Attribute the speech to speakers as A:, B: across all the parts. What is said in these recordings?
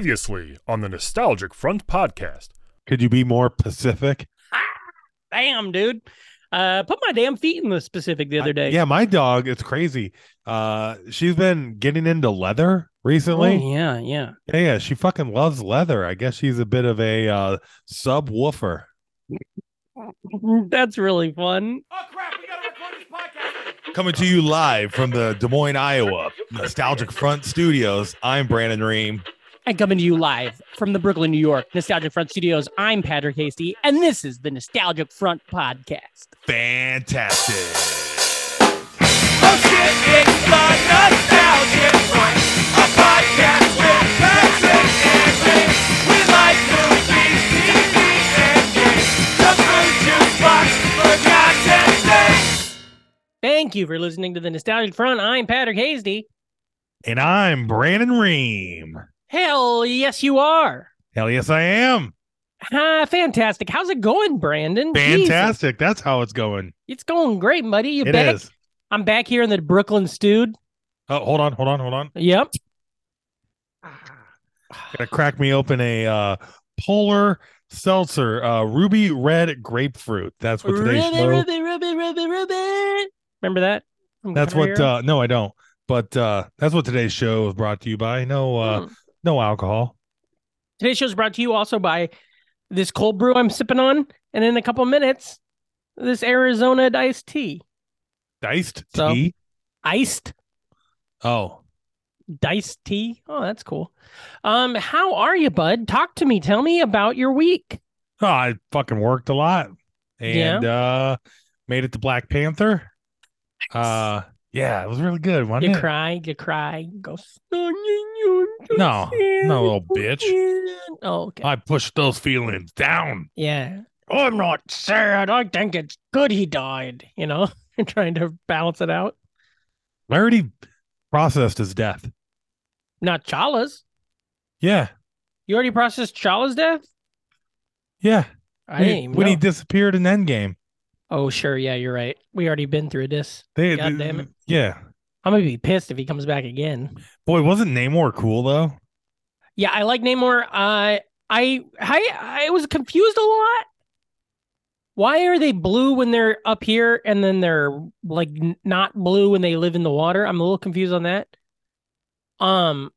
A: Previously on the Nostalgic Front podcast.
B: Could you be more Pacific?
C: Damn, dude. Uh, put my damn feet in the Pacific the other day.
B: yeah, my dog, it's crazy. Uh, she's been getting into leather
C: Oh,
B: recently.
C: yeah, yeah.
B: Yeah, yeah, she fucking loves leather. I guess she's a bit of a uh, subwoofer.
C: That's really fun.
B: Coming to you live from the Des Moines, Iowa Nostalgic Front Studios. I'm Brandon Ream.
C: And coming to you live from the Brooklyn, New York Nostalgic Front Studios, I'm Patrick Hasty, and this is the Nostalgic Front Podcast.
B: Fantastic.
C: Thank you for listening to the Nostalgic Front. I'm Patrick Hasty.
B: And I'm Brandon Ream.
C: Hell yes, you are.
B: Hell yes, I am.
C: Ah, fantastic. How's it going, Brandon? Oh, Jesus.
B: Fantastic. That's how it's going.
C: It's going great, buddy. You
B: It
C: back?
B: is.
C: I'm back here in the Brooklyn Stewed.
B: Oh, hold on, hold on, hold on.
C: Yep.
B: gonna crack me open a uh polar seltzer uh ruby red grapefruit that's what today's
C: Ruby,
B: show
C: Ruby, Ruby, Ruby, Ruby. Remember that? From
B: that's what
C: Cairo?
B: uh no i don't but uh that's what today's show is brought to you by no uh
C: Hmm.
B: no alcohol
C: Today's show is brought to you also by this cold brew I'm sipping on, and in a couple minutes, this Arizona iced tea.
B: diced
C: So-
B: tea
C: Iced
B: oh
C: diced tea. Oh, that's cool. Um, how are you, bud? Talk to me. Tell me about your week.
B: oh i fucking worked a lot and uh made it to black panther uh yeah it was really good wasn't
C: You
B: it?
C: cry, you cry, you go.
B: No, no, little bitch.
C: Oh, okay.
B: i pushed those feelings down
C: Yeah. I'm not sad. I think it's good he died. You know, trying to balance it out.
B: i already processed his death
C: Not Chala's.
B: yeah
C: You already processed Chala's death.
B: yeah
C: I
B: when,
C: didn't
B: he,
C: even
B: when he
C: know.
B: disappeared in endgame
C: Oh, sure. Yeah, you're right. We already been through this.
B: They,
C: God damn
B: they-
C: it.
B: Yeah.
C: I'm gonna be pissed if he comes back again.
B: Boy, wasn't Namor cool though?
C: Yeah, I like Namor. Uh, I I I was confused a lot. Why are they blue when they're up here and then they're like n- not blue when they live in the water? I'm a little confused on that. Um,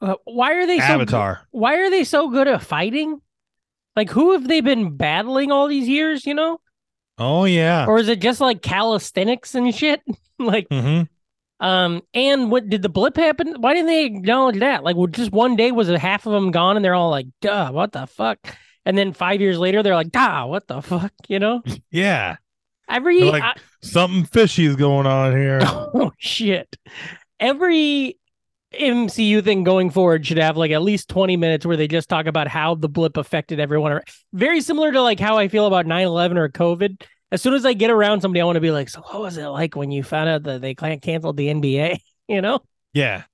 C: uh, why are they so good-
B: Avatar.
C: why are they so good at fighting? Like who have they been battling all these years, you know?
B: Oh yeah.
C: Or is it just like calisthenics and shit? like
B: hmm
C: Um, and what did the blip happen? Why didn't they acknowledge that? Like, well, just one day was a half of them gone, and they're all like, "Duh, what the fuck?" And then five years later, they're like, "Duh, what the fuck?" You know,
B: Yeah.
C: every
B: They're like-
C: I-
B: Something fishy is going on here.
C: oh shit, every MCU thing going forward should have like at least twenty minutes where they just talk about how the blip affected everyone. Or very similar to like how I feel about 9-11 or COVID. As soon as I get around somebody, I want to be like, "So, what was it like when you found out that they can- canceled the NBA?" You know.
B: yeah.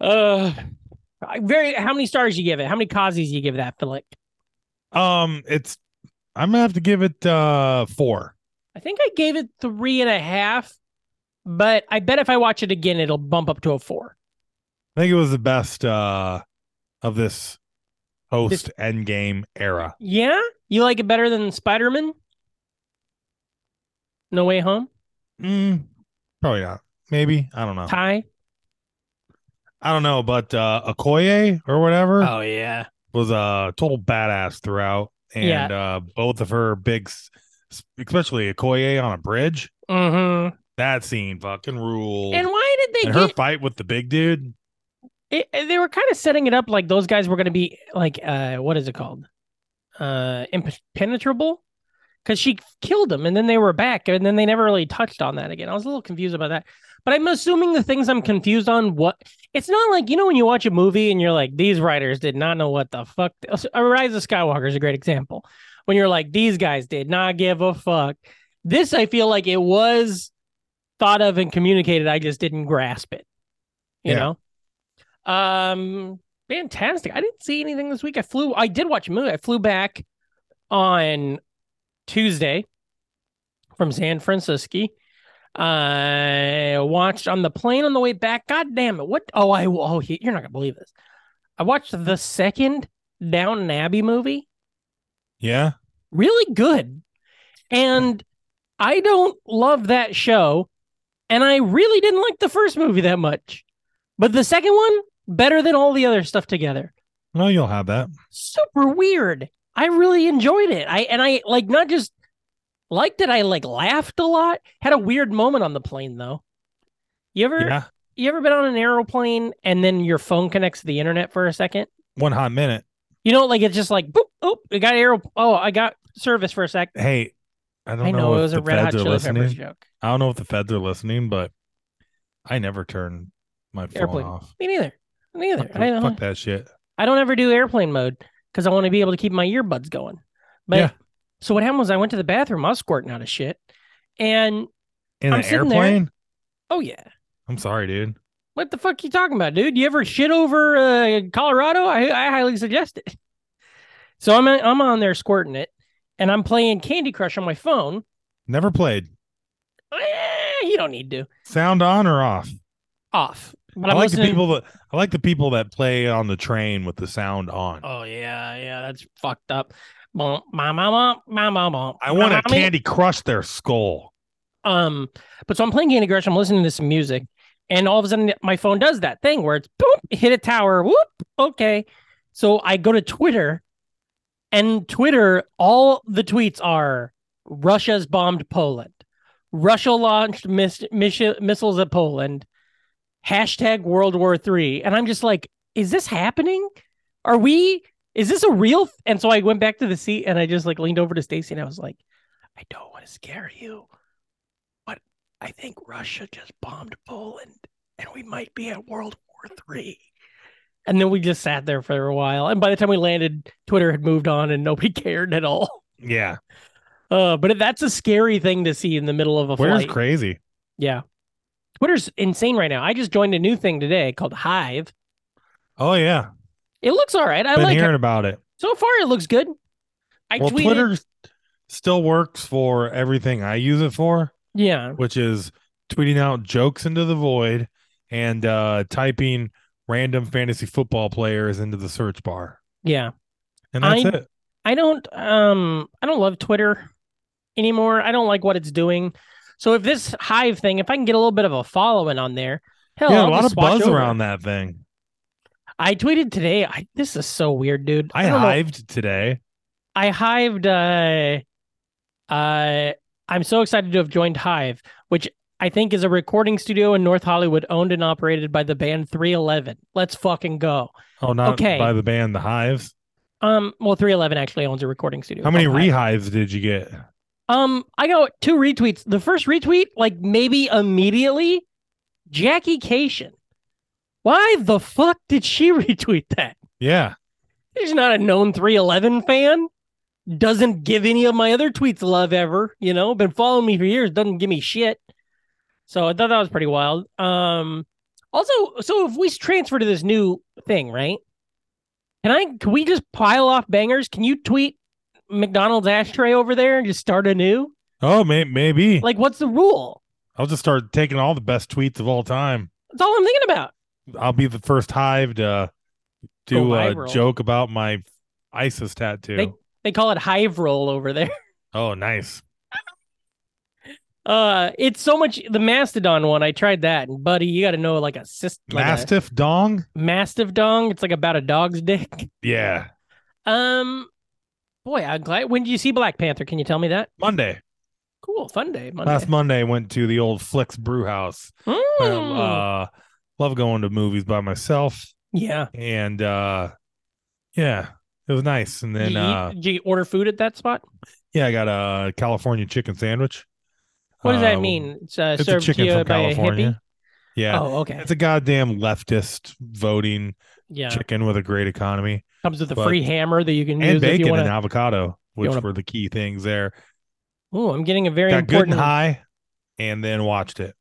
C: Uh, I- very. How many stars you give it? How many Kazis you give that flick?
B: Um, it's I'm gonna have to give it uh four.
C: I think I gave it three and a half, but I bet if I watch it again, it'll bump up to a four.
B: I think it was the best uh of this post endgame era.
C: Yeah, you like it better than Spider Man? No Way Home,
B: Mm, probably not. Maybe. I don't know.
C: Ty.
B: I don't know, but uh Okoye or
C: Oh,
B: whatever.
C: yeah,
B: was a total badass throughout,
C: Yeah.
B: and uh, both of her big, s- s- especially Okoye on a bridge.
C: mm-hmm.
B: That scene fucking ruled.
C: And why did they
B: And her
C: get?
B: fight with the big dude.
C: it, it- they were kind of setting it up like those guys were going to be like uh what is it called uh impenetrable because she killed them and then they were back and then they never really touched on that again i was a little confused about that but i'm assuming the things i'm confused on what it's not like you know when you watch a movie and you're like these writers did not know what the fuck uh, rise of skywalker is a great example when you're like these guys did not give a fuck this i feel like it was thought of and communicated i just didn't grasp it you
B: Yeah.
C: know um, fantastic. I didn't see anything this week. I flew. I did watch a movie. I flew back on Tuesday from San Francisco. I watched on the plane on the way back. God damn it! What? Oh, I. Oh, he- you're not gonna believe this. I watched the second Downton Abbey movie.
B: Yeah.
C: Really good. And I don't love that show. And I really didn't like the first movie that much. But the second one, better than all the other stuff together.
B: Well, you'll have that.
C: Super weird. I really enjoyed it. I and I like not just liked it, I like laughed a lot. Had a weird moment on the plane though. You ever
B: Yeah.
C: you ever been on an aeroplane and then your phone connects to the internet for a second?
B: One hot minute.
C: You know, like it's just like boop, oh, I got aero. Oh, I got service for a sec.
B: Hey, I don't
C: I know,
B: know
C: it
B: if
C: was a
B: the
C: Red Hot
B: feds are
C: Chili Peppers
B: listening.
C: joke.
B: I don't know if the feds are listening, but I never turn my phone
C: Airplane.
B: off.
C: Me neither. Me neither.
B: Fuck,
C: I
B: th-
C: don't.
B: fuck that shit.
C: I don't ever do airplane mode because I want to be able to keep my earbuds going. But
B: Yeah.
C: so what happened was I went to the bathroom. I was squirting out of shit, and
B: In
C: I'm
B: an
C: sitting there.
B: airplane?
C: oh yeah,
B: I'm sorry, dude.
C: what the fuck you talking about, dude? You ever shit over uh, Colorado? I, I highly suggest it. So I'm I'm on there squirting it, and I'm playing Candy Crush on my phone.
B: Never played.
C: Eh, you don't need to
B: Sound on or off?
C: off. But
B: I
C: I'm
B: like
C: listening.
B: the people that I like the people that play on the train with the sound on.
C: Oh yeah, yeah, that's fucked up. Bump, bump, bump, bump, bump, bump.
B: I want to
C: Mommy.
B: candy crush their skull.
C: Um, but so I'm playing Candy Crush. I'm listening to some music, and all of a sudden my phone does that thing where it's boom, hit a tower. Whoop. Okay, so I go to Twitter, and Twitter, all the tweets are Russia's bombed Poland, Russia launched miss- miss- missiles at Poland, hashtag World War Three, and I'm just like, is this happening? Are we? Is this a real? And so I went back to the seat and I just like leaned over to Stacy and I was like, I don't want to scare you, but I think Russia just bombed Poland and we might be at World War Three. And then we just sat there for a while. And by the time we landed, Twitter had moved on and nobody cared at all.
B: Yeah.
C: Uh, but that's a scary thing to see in the middle of a
B: Where's
C: flight.
B: crazy?
C: yeah. Twitter's insane right now. I just joined a new thing today called Hive.
B: Oh yeah.
C: It looks all right. I
B: Been
C: like it.
B: hearing about it.
C: So far, it looks good. I
B: well,
C: tweeted.
B: Twitter still works for everything I use it for,
C: Yeah.
B: which is tweeting out jokes into the void and uh, typing random fantasy football players into the search bar.
C: Yeah.
B: And that's
C: I-
B: it.
C: I don't um I don't love Twitter anymore. I don't like what it's doing. So if this Hive thing, if I can get a little bit of a following on there, hell,
B: yeah, a
C: I'll
B: lot
C: just
B: of
C: watch
B: buzz
C: over.
B: around that thing.
C: I tweeted today. I, this is so weird, dude.
B: I,
C: don't know.
B: hived today.
C: I hived. Uh, uh, I'm so excited to have joined Hive, which I think is a recording studio in North Hollywood, owned and operated by the band 311. Let's fucking go.
B: Oh, not
C: Okay.
B: by the band The Hives.
C: Um, well, 311 actually owns a recording studio.
B: How many
C: called Hive.
B: rehives did you get?
C: Um, I got two retweets. The first retweet, like maybe immediately, Jackie Cation. Why the fuck did she retweet that?
B: Yeah.
C: She's not a known 311 fan. Doesn't give any of my other tweets love ever, you know, been following me for years, doesn't give me shit. So I thought that was pretty wild. Um also, so if we transfer to this new thing, right? Can I can we just pile off bangers? Can you tweet McDonald's ashtray over there and just start anew?
B: Oh, may- maybe.
C: Like, what's the rule?
B: I'll just start taking all the best tweets of all time.
C: That's all I'm thinking about.
B: I'll be the first hive to do a
C: viral.
B: joke about my ISIS tattoo.
C: They- They call it hive roll over there.
B: Oh, nice.
C: Uh, it's so much the mastodon one. I tried that, and buddy, you got to know like a system, like a
B: Mastiff dong?
C: mastiff dong. It's like about a dog's dick.
B: Yeah.
C: Um, boy, I'm glad. When did you see Black Panther? Can you tell me that?
B: Monday.
C: Cool, fun day, Monday.
B: Last Monday went to the old Flicks Brew House. I,
C: Mm.
B: Uh, love going to movies by myself.
C: yeah.
B: And uh yeah, it was nice. And
C: Did
B: then
C: you, eat-
B: uh
C: did you order food at that spot?
B: yeah, I got a California chicken sandwich.
C: What does that
B: Uh,
C: mean? It's, uh,
B: It's a
C: served to
B: chicken
C: you
B: from
C: by a hippie.
B: California. Yeah.
C: Oh, okay.
B: It's a goddamn leftist voting
C: Yeah,
B: chicken with a great economy.
C: comes with a
B: but-
C: free hammer that you can
B: and
C: use if
B: bacon
C: you want
B: and
C: to.
B: avocado, which
C: wanna-
B: were the key things there.
C: Oh, I'm getting a very
B: uh, Got good and
C: important.
B: high, and then watched it.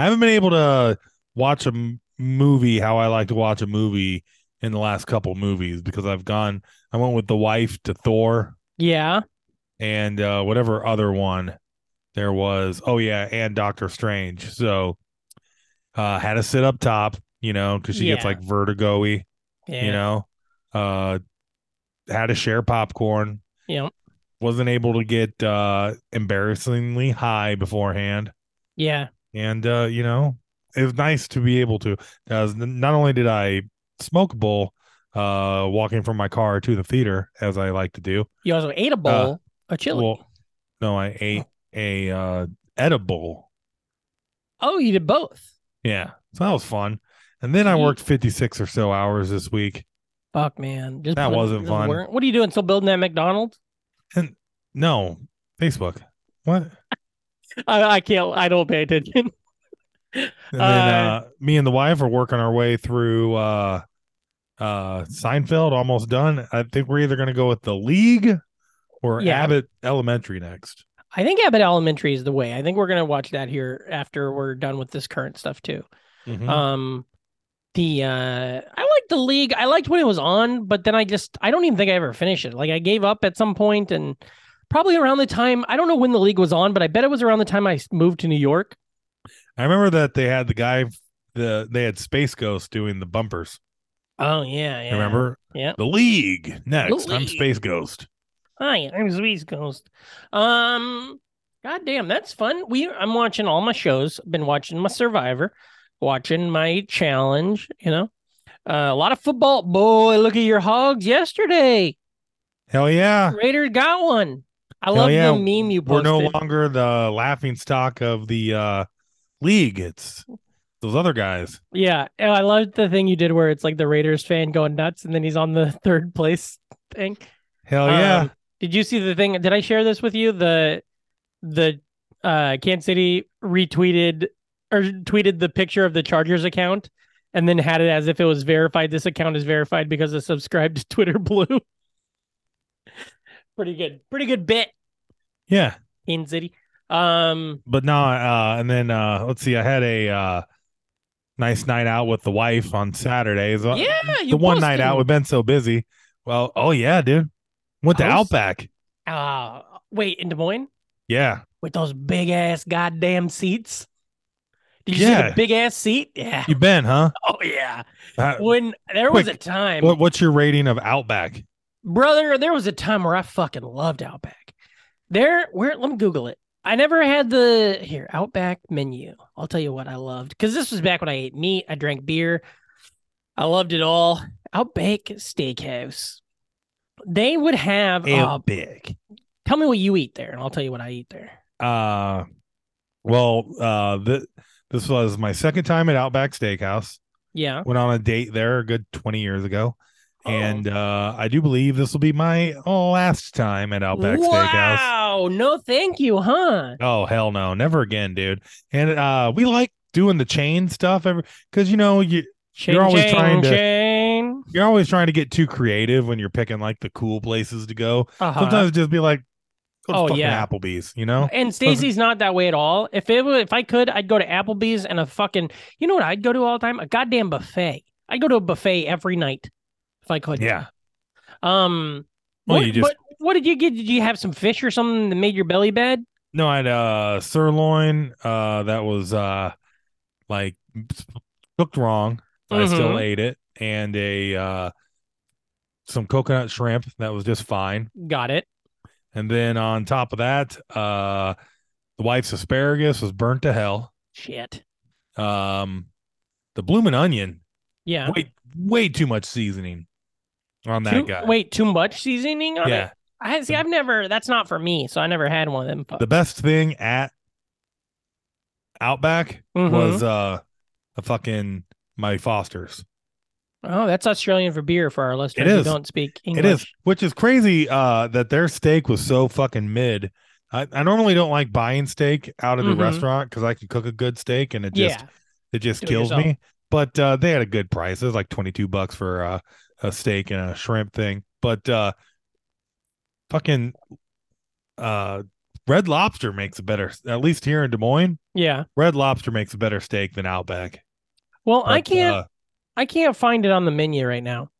B: I haven't been able to watch a m- movie how I like to watch a movie in the last couple movies because I've gone. I went with the wife to Thor
C: Yeah.
B: and uh, whatever other one there was. Oh yeah, and Doctor Strange. So uh, had to sit up top, you know, because she gets
C: Yeah.
B: like vertigo-y.
C: Yeah.
B: you know uh had to share popcorn
C: Yep.
B: wasn't able to get uh embarrassingly high beforehand
C: Yeah.
B: and uh you know it was nice to be able to as not only did i smoke a bowl uh walking from my car to the theater as i like to do
C: You also ate a bowl of chili.
B: Uh, well no i ate a uh edible
C: oh, you did both.
B: yeah so that was fun and then i
C: Sweet.
B: worked 56 or so hours this week
C: Fuck man. Just
B: That
C: putting
B: wasn't
C: in the
B: fun.
C: work. What are you doing? Still building that McDonald's?
B: no facebook what
C: I, I can't I don't pay attention.
B: And then
C: Uh,
B: uh, me and the wife are working our way through uh, uh, Seinfeld, almost done. I think we're either going to go with the League or
C: Yeah.
B: Abbott Elementary next.
C: I think Abbott Elementary is the way. I think we're gonna watch that here after we're done with this current stuff too.
B: Mm-hmm. Uh,
C: Um the uh I liked the league. I liked when it was on, but then I just I don't even think I ever finished it. Like I gave up at some point and probably around the time I don't know when the league was on, but I bet it was around the time I s- moved to New York.
B: I remember that they had the guy, the they had Space Ghost doing the bumpers.
C: Oh yeah, yeah.
B: Remember?
C: Yeah.
B: The League next. I'm
C: League.
B: Space Ghost.
C: Hi, I'm Sweet Ghost. Um, goddamn, that's fun. We I'm watching all my shows. Been watching my Survivor, watching my Challenge. You know, uh, a lot of football. Boy, look at your hogs yesterday.
B: Hell yeah.
C: Raiders got one. I
B: Hell
C: love
B: yeah.
C: the meme you
B: We're
C: posted.
B: no longer the laughing stock of the uh, league. It's those other guys.
C: yeah, and I loved the thing you did where it's like the Raiders fan going nuts, and then he's on the third place thing.
B: Hell Oh, yeah.
C: Um, did you see the thing? Did I share this with you? The the uh Kansas City retweeted or tweeted the picture of the Chargers account and then had it as if it was verified. This account is verified because it's subscribed to Twitter Blue. pretty good. Pretty good bit,
B: yeah.
C: Kansas City. Um
B: but no uh and then uh let's see i had a uh nice night out with the wife on saturdays Uh,
C: yeah, you
B: the one night
C: posted.
B: out we've been so busy well oh yeah dude went to
C: House?
B: outback
C: uh, wait, in Des Moines
B: yeah
C: with those big ass goddamn seats. Did you see
B: Yeah.
C: the big ass seat? Yeah.
B: you been huh
C: Oh yeah.
B: Uh,
C: When there was a
B: Quick,
C: time
B: what, what's your rating of outback
C: brother there was a time where i fucking loved outback there where let me google it i never had the here outback menu i'll tell you what i loved because this was back when i ate meat i drank beer i loved it all outback steakhouse they would have uh,
B: outback
C: tell me what you eat there and i'll tell you what i eat there
B: uh well uh th- this was my second time at outback steakhouse
C: yeah
B: went on a date there a good 20 years ago
C: Oh.
B: and uh i do believe this will be my last time at outback steakhouse
C: wow no thank you huh
B: Oh hell no, never again, dude. And uh we like doing the chain stuff every because you know you
C: chain,
B: You're always
C: chain,
B: trying to-
C: chain.
B: you're always trying to get too creative when you're picking like the cool places to go.
C: Uh-huh.
B: Sometimes just be like, go to
C: Oh,
B: fucking
C: yeah.
B: Applebee's, you know?
C: And Stacy's not that way at all. If it was, if I could, I'd go to Applebee's and a fucking you know what I'd go to all the time? A goddamn buffet. I'd go to a buffet every night if I could.
B: Yeah.
C: Um
B: Well,
C: what,
B: you just
C: but what did you get? Did you have some fish or something that made your belly bad?
B: no, I had uh sirloin. Uh that was uh like cooked wrong. I still
C: Mhm.
B: ate it. And a uh some coconut shrimp that was just fine.
C: Got it.
B: And then on top of that, uh, the wife's asparagus was burnt to hell.
C: Shit.
B: Um, the bloomin' onion,
C: Yeah.
B: way way too much seasoning on that
C: too,
B: guy.
C: Wait, too much seasoning on
B: yeah,
C: it? I see I've never that's not for me, so I never had one of them.
B: the best thing at Outback
C: Mhm.
B: was uh, a fucking my Foster's.
C: Oh, that's Australian for beer for our listeners
B: It
C: who
B: is.
C: don't speak English.
B: It is, which is crazy. Uh, that their steak was so fucking mid. I, I normally don't like buying steak out of the
C: Mhm.
B: restaurant because I can cook a good steak and it just
C: yeah.
B: it just
C: Do it
B: kills
C: yourself.
B: me. But uh, they had a good price. It was like twenty two bucks for uh, a steak and a shrimp thing. But uh, fucking uh, Red Lobster makes a better. At least here in Des Moines,
C: Yeah.
B: Red Lobster makes a better steak than Outback.
C: Well, I
B: But,
C: can't
B: uh,
C: I can't find it on the menu right now.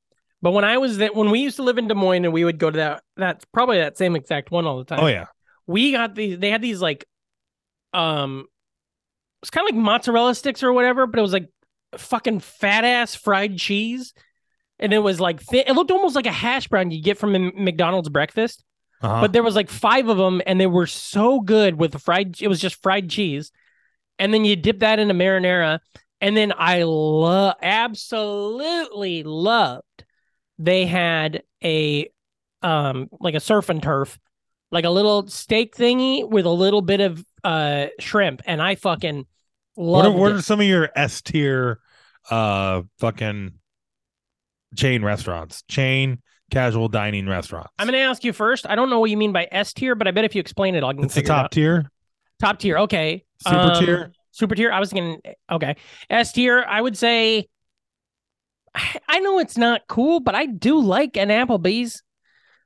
C: But when I was that when we used to live in Des Moines and we would go to that that's probably that same exact one all the time.
B: oh yeah,
C: We got these they had these like um it's kind of like mozzarella sticks or whatever, but it was like fucking fat ass fried cheese and it was like thin. It looked almost like a hash brown you get from a McDonald's breakfast,
B: Uh-huh.
C: but there was like five of them, and they were so good with the fried. It was just fried cheese, and then you dip that into marinara, and then I love, absolutely loved. They had a, um, like a surf and turf, like a little steak thingy with a little bit of uh shrimp, and I fucking
B: what are,
C: loved
B: what
C: it.
B: are some of your S tier uh fucking chain restaurants? Chain casual dining restaurants.
C: I'm going to ask you first. I don't know what you mean by S tier, but I bet if you explain it, I can
B: it's the
C: figure it
B: top
C: out.
B: tier,
C: Top tier. Okay.
B: super
C: Um,
B: tier.
C: Super tier. I was thinking, okay. S tier, I would say, I I know it's not cool, but I do like an Applebee's.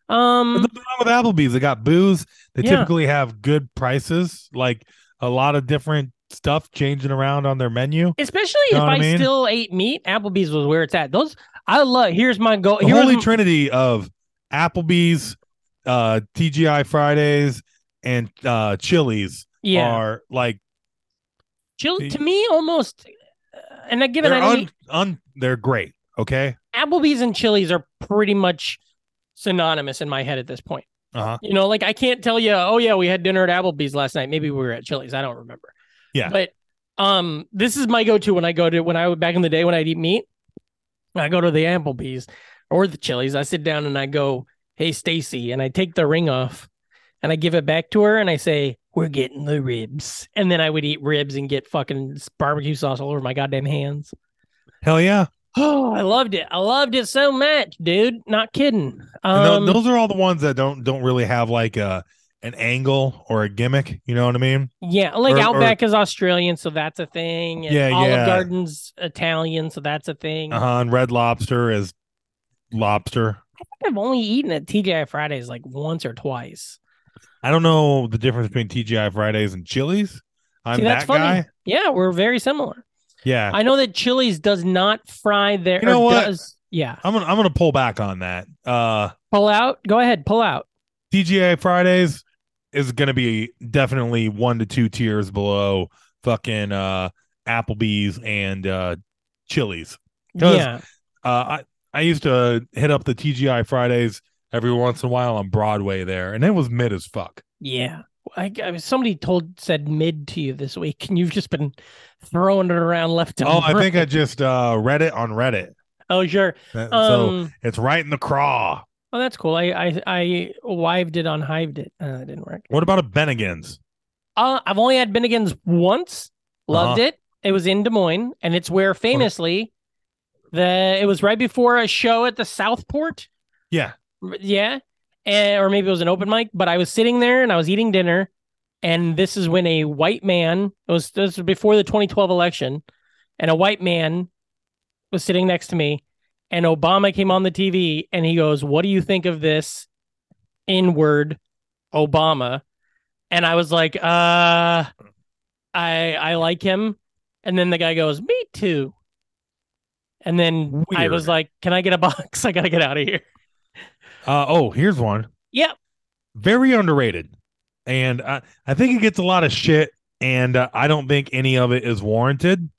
B: There's
C: Um,
B: nothing wrong with Applebee's. They got booze. They
C: Yeah.
B: typically have good prices, like a lot of different stuff changing around on their menu.
C: especially
B: know
C: if
B: what I
C: I,
B: mean?
C: still ate meat, Applebee's was where it's at. Those, I love, here's my goal.
B: The
C: Here's
B: holy
C: m-
B: trinity of Applebee's, uh, TGI Fridays, and uh, Chili's
C: yeah.
B: are like
C: Chill, to me, almost, uh, and I given
B: they're
C: that I
B: un,
C: eat-
B: un, they're great. Okay,
C: Applebee's and Chili's are pretty much synonymous in my head at this point.
B: Uh-huh.
C: You know, like I can't tell you, oh yeah, we had dinner at Applebee's last night. Maybe we were at Chili's. I don't remember.
B: Yeah.
C: But um, this is my go-to when I go to when I would back in the day when I'd eat meat. I go to the Applebee's or the Chili's. I sit down and I go, "Hey, Stacy," and I take the ring off, and I give it back to her, and I say, "We're getting the ribs," and then I would eat ribs and get fucking barbecue sauce all over my goddamn hands.
B: hell yeah.
C: Oh, I loved it. I loved it so much, dude. Not kidding.
B: And tho-
C: Um,
B: those are all the ones that don't don't really have like a an angle or a gimmick. You know what I mean?
C: yeah, like
B: or- or-
C: Outback is Australian, so that's a thing. And
B: Yeah,
C: Olive
B: yeah.
C: Garden's Italian, so that's a thing.
B: Uh-huh. And Red Lobster is lobster.
C: I've only eaten at TGI Fridays like once or twice.
B: I don't know the difference between TGI Fridays and Chili's. I'm
C: See, that's
B: that guy.
C: funny. Yeah, we're very similar.
B: Yeah,
C: I know that Chili's does not fry their.
B: You know
C: or
B: what?
C: Does, yeah,
B: I'm gonna I'm gonna pull back on that. Uh,
C: pull out. Go ahead, pull out.
B: TGI Fridays is gonna be definitely one to two tiers below fucking uh Applebee's and uh Chili's. 'Cause-
C: Yeah,
B: Uh, I I used to hit up the TGI Fridays every once in a while on Broadway there, and it was mid as fuck.
C: yeah. I, I, somebody told said mid to you this week, and you've just been throwing it around left and
B: Oh, I
C: right.
B: think I just uh, read it on Reddit.
C: Oh, sure.
B: Uh, so
C: Um,
B: it's right in the craw.
C: Oh, that's cool. I I I wived it on hived it. Uh, it didn't work.
B: What about a Bennigan's?
C: Uh, I've only had Bennigan's once. Loved it. It was in Des Moines, and it's where famously, the it was right before a show at the Southport.
B: Yeah.
C: R- Yeah, and, or maybe it was an open mic. But I was sitting there and I was eating dinner, and this is when a white man it was this was before the 2012 election, and a white man was sitting next to me, and Obama came on the TV and he goes, "What do you think of this inward Obama?" And I was like, "Uh, I I like him." And then the guy goes, "Me too." And then I was
B: Weird.
C: like, "Can I get a box? I gotta get out of here."
B: Uh, oh, here's one.
C: Yep.
B: Very underrated, and I I think it gets a lot of shit, and uh, I don't think any of it is warranted.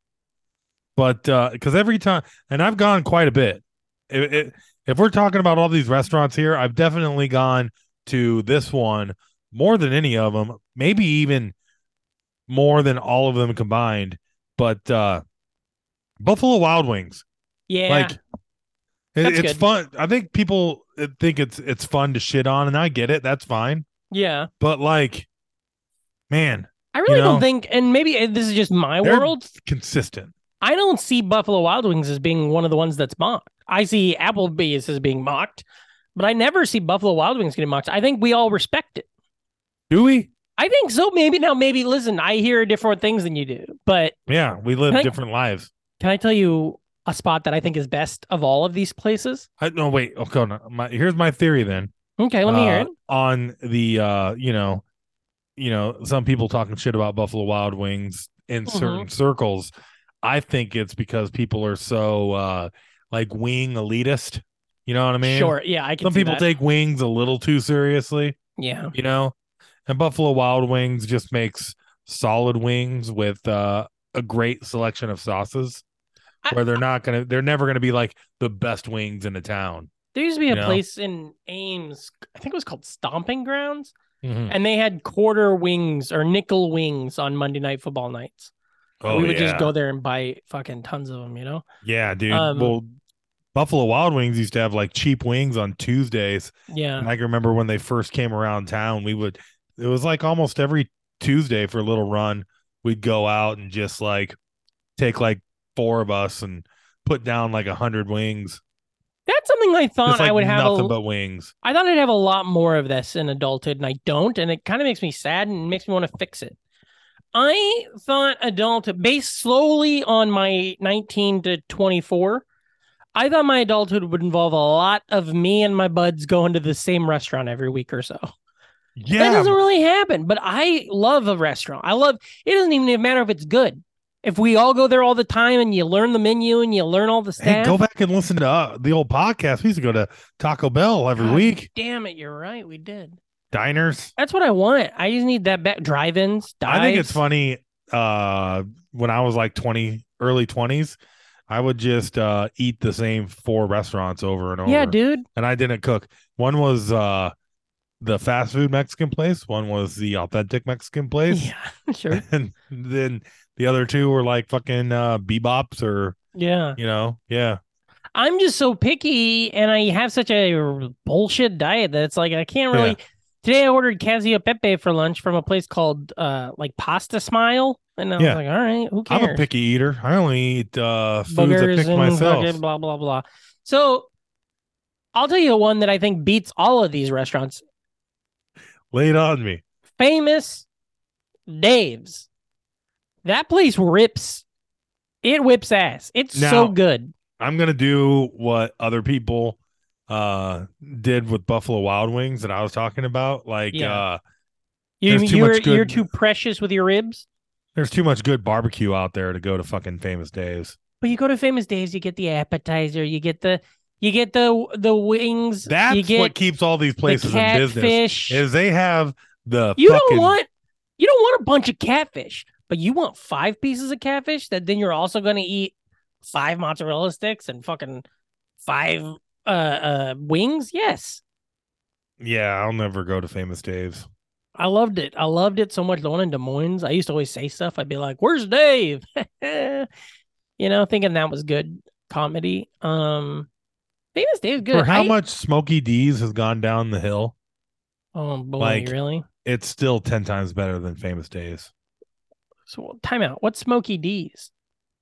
B: But because every time, and I've gone quite a bit. It, it, if we're talking about all these restaurants here, I've definitely gone to this one more than any of them, maybe even more than all of them combined. But uh, Buffalo Wild Wings
C: Yeah.
B: like it-
C: That's
B: it's
C: good.
B: fun i think people uh, think it's it's fun to shit on and i get it that's fine
C: yeah.
B: but like man
C: I really
B: know?
C: don't think, and maybe uh, this is just my
B: They're-
C: world.
B: consistent
C: I don't see Buffalo Wild Wings as being one of the ones that's mocked. I see Applebee's as being mocked, but I never see Buffalo Wild Wings getting mocked. I think we all respect it.
B: do we
C: I think so. Maybe now, maybe listen, I hear different things than you do, but
B: yeah we live
C: Can I-
B: different lives
C: can I tell you a spot that I think is best of all of these places?
B: i no wait okay no, my, here's my theory then
C: Okay, let me hear
B: uh,
C: it.
B: on the uh you know you know some people talking shit about buffalo wild wings in
C: Mm-hmm.
B: certain circles i think it's because people are so uh like wing elitist you know what i mean
C: sure. Yeah, I can.
B: some
C: see
B: people
C: that.
B: take wings a little too seriously
C: Yeah.
B: you know and buffalo wild wings just makes solid wings with uh, a great selection of sauces
C: I-
B: where they're not gonna they're never gonna be like the best wings in the town.
C: There used to be a
B: You know?
C: place in Ames, I think it was called Stomping Grounds,
B: Hmm.
C: and they had quarter wings or nickel wings on Monday night football nights.
B: Oh,
C: we would
B: yeah.
C: just go there and buy fucking tons of them, you know?
B: Yeah, dude.
C: Um,
B: well, Buffalo Wild Wings used to have like cheap wings on Tuesdays.
C: Yeah.
B: And I can remember when they first came around town, we would it was like almost every Tuesday for a little run, we'd go out and just like take like four of us and put down like a hundred wings.
C: That's something I thought
B: Just like
C: I would have.
B: nothing
C: A,
B: but wings.
C: I thought I'd have a lot more of this in adulthood, and I don't. And it kind of makes me sad and makes me want to fix it. I thought adult, based slowly on my 19 to 24, I thought my adulthood would involve a lot of me and my buds going to the same restaurant every week or so.
B: Yeah.
C: That doesn't really happen, but I love a restaurant. I love it doesn't even matter if it's good. If we all go there all the time and you learn the menu and you learn all the
B: Hey,
C: staff,
B: go back and listen to uh, the old podcast. We used to go to Taco Bell every
C: God
B: week.
C: damn it, you're right, we did.
B: Diners.
C: That's what I want. I just need that back drive-ins. Dives.
B: I think it's funny. Uh, when I was like twenty, early twenties, I would just uh, eat the same four restaurants over and over.
C: Yeah, dude.
B: And I didn't cook. One was uh, the fast food Mexican place. One was the authentic Mexican place.
C: Yeah, sure.
B: And then the other two were like fucking uh, bebops or
C: Yeah,
B: you know, yeah.
C: I'm just so picky, and I have such a bullshit diet that it's like I can't really. Today I ordered Casio Pepe for lunch from a place called uh like Pasta Smile, and I
B: Yeah.
C: was like, all right, who cares?
B: I'm a picky eater. I only eat uh, foods I
C: boogers
B: pick
C: and
B: myself.
C: fucking blah blah blah. So I'll tell you one that I think beats all of these restaurants.
B: Lay it on me.
C: Famous Dave's. That place rips. It whips ass. It's so
B: Now-
C: good.
B: I'm gonna do what other people uh did with Buffalo Wild Wings that I was talking about. Like
C: Yeah.
B: uh
C: You,
B: there's too
C: you're,
B: much good-
C: you're too precious with your ribs.
B: there's too much good barbecue out there to go to fucking famous days.
C: But you go to Famous Dave's, you get the appetizer, you get the you get the the wings.
B: That's
C: you get
B: what keeps all these places
C: the
B: in business
C: catfish.
B: is they have the
C: You
B: fucking
C: don't want you don't want a bunch of catfish, but you want five pieces of catfish that then you're also going to eat five mozzarella sticks and fucking five uh, uh wings. Yes.
B: Yeah, I'll never go to famous days.
C: I loved it. I loved it so much. The one in Des Moines, I used to always say stuff. I'd be like, "Where's Dave?" you know, thinking that was good comedy. Um Famous Dave's good.
B: For how
C: I-
B: much Smokey D's has gone down the hill,
C: Oh boy,
B: like-
C: really?
B: it's still ten times better than famous days.
C: So time out. What's Smokey D's?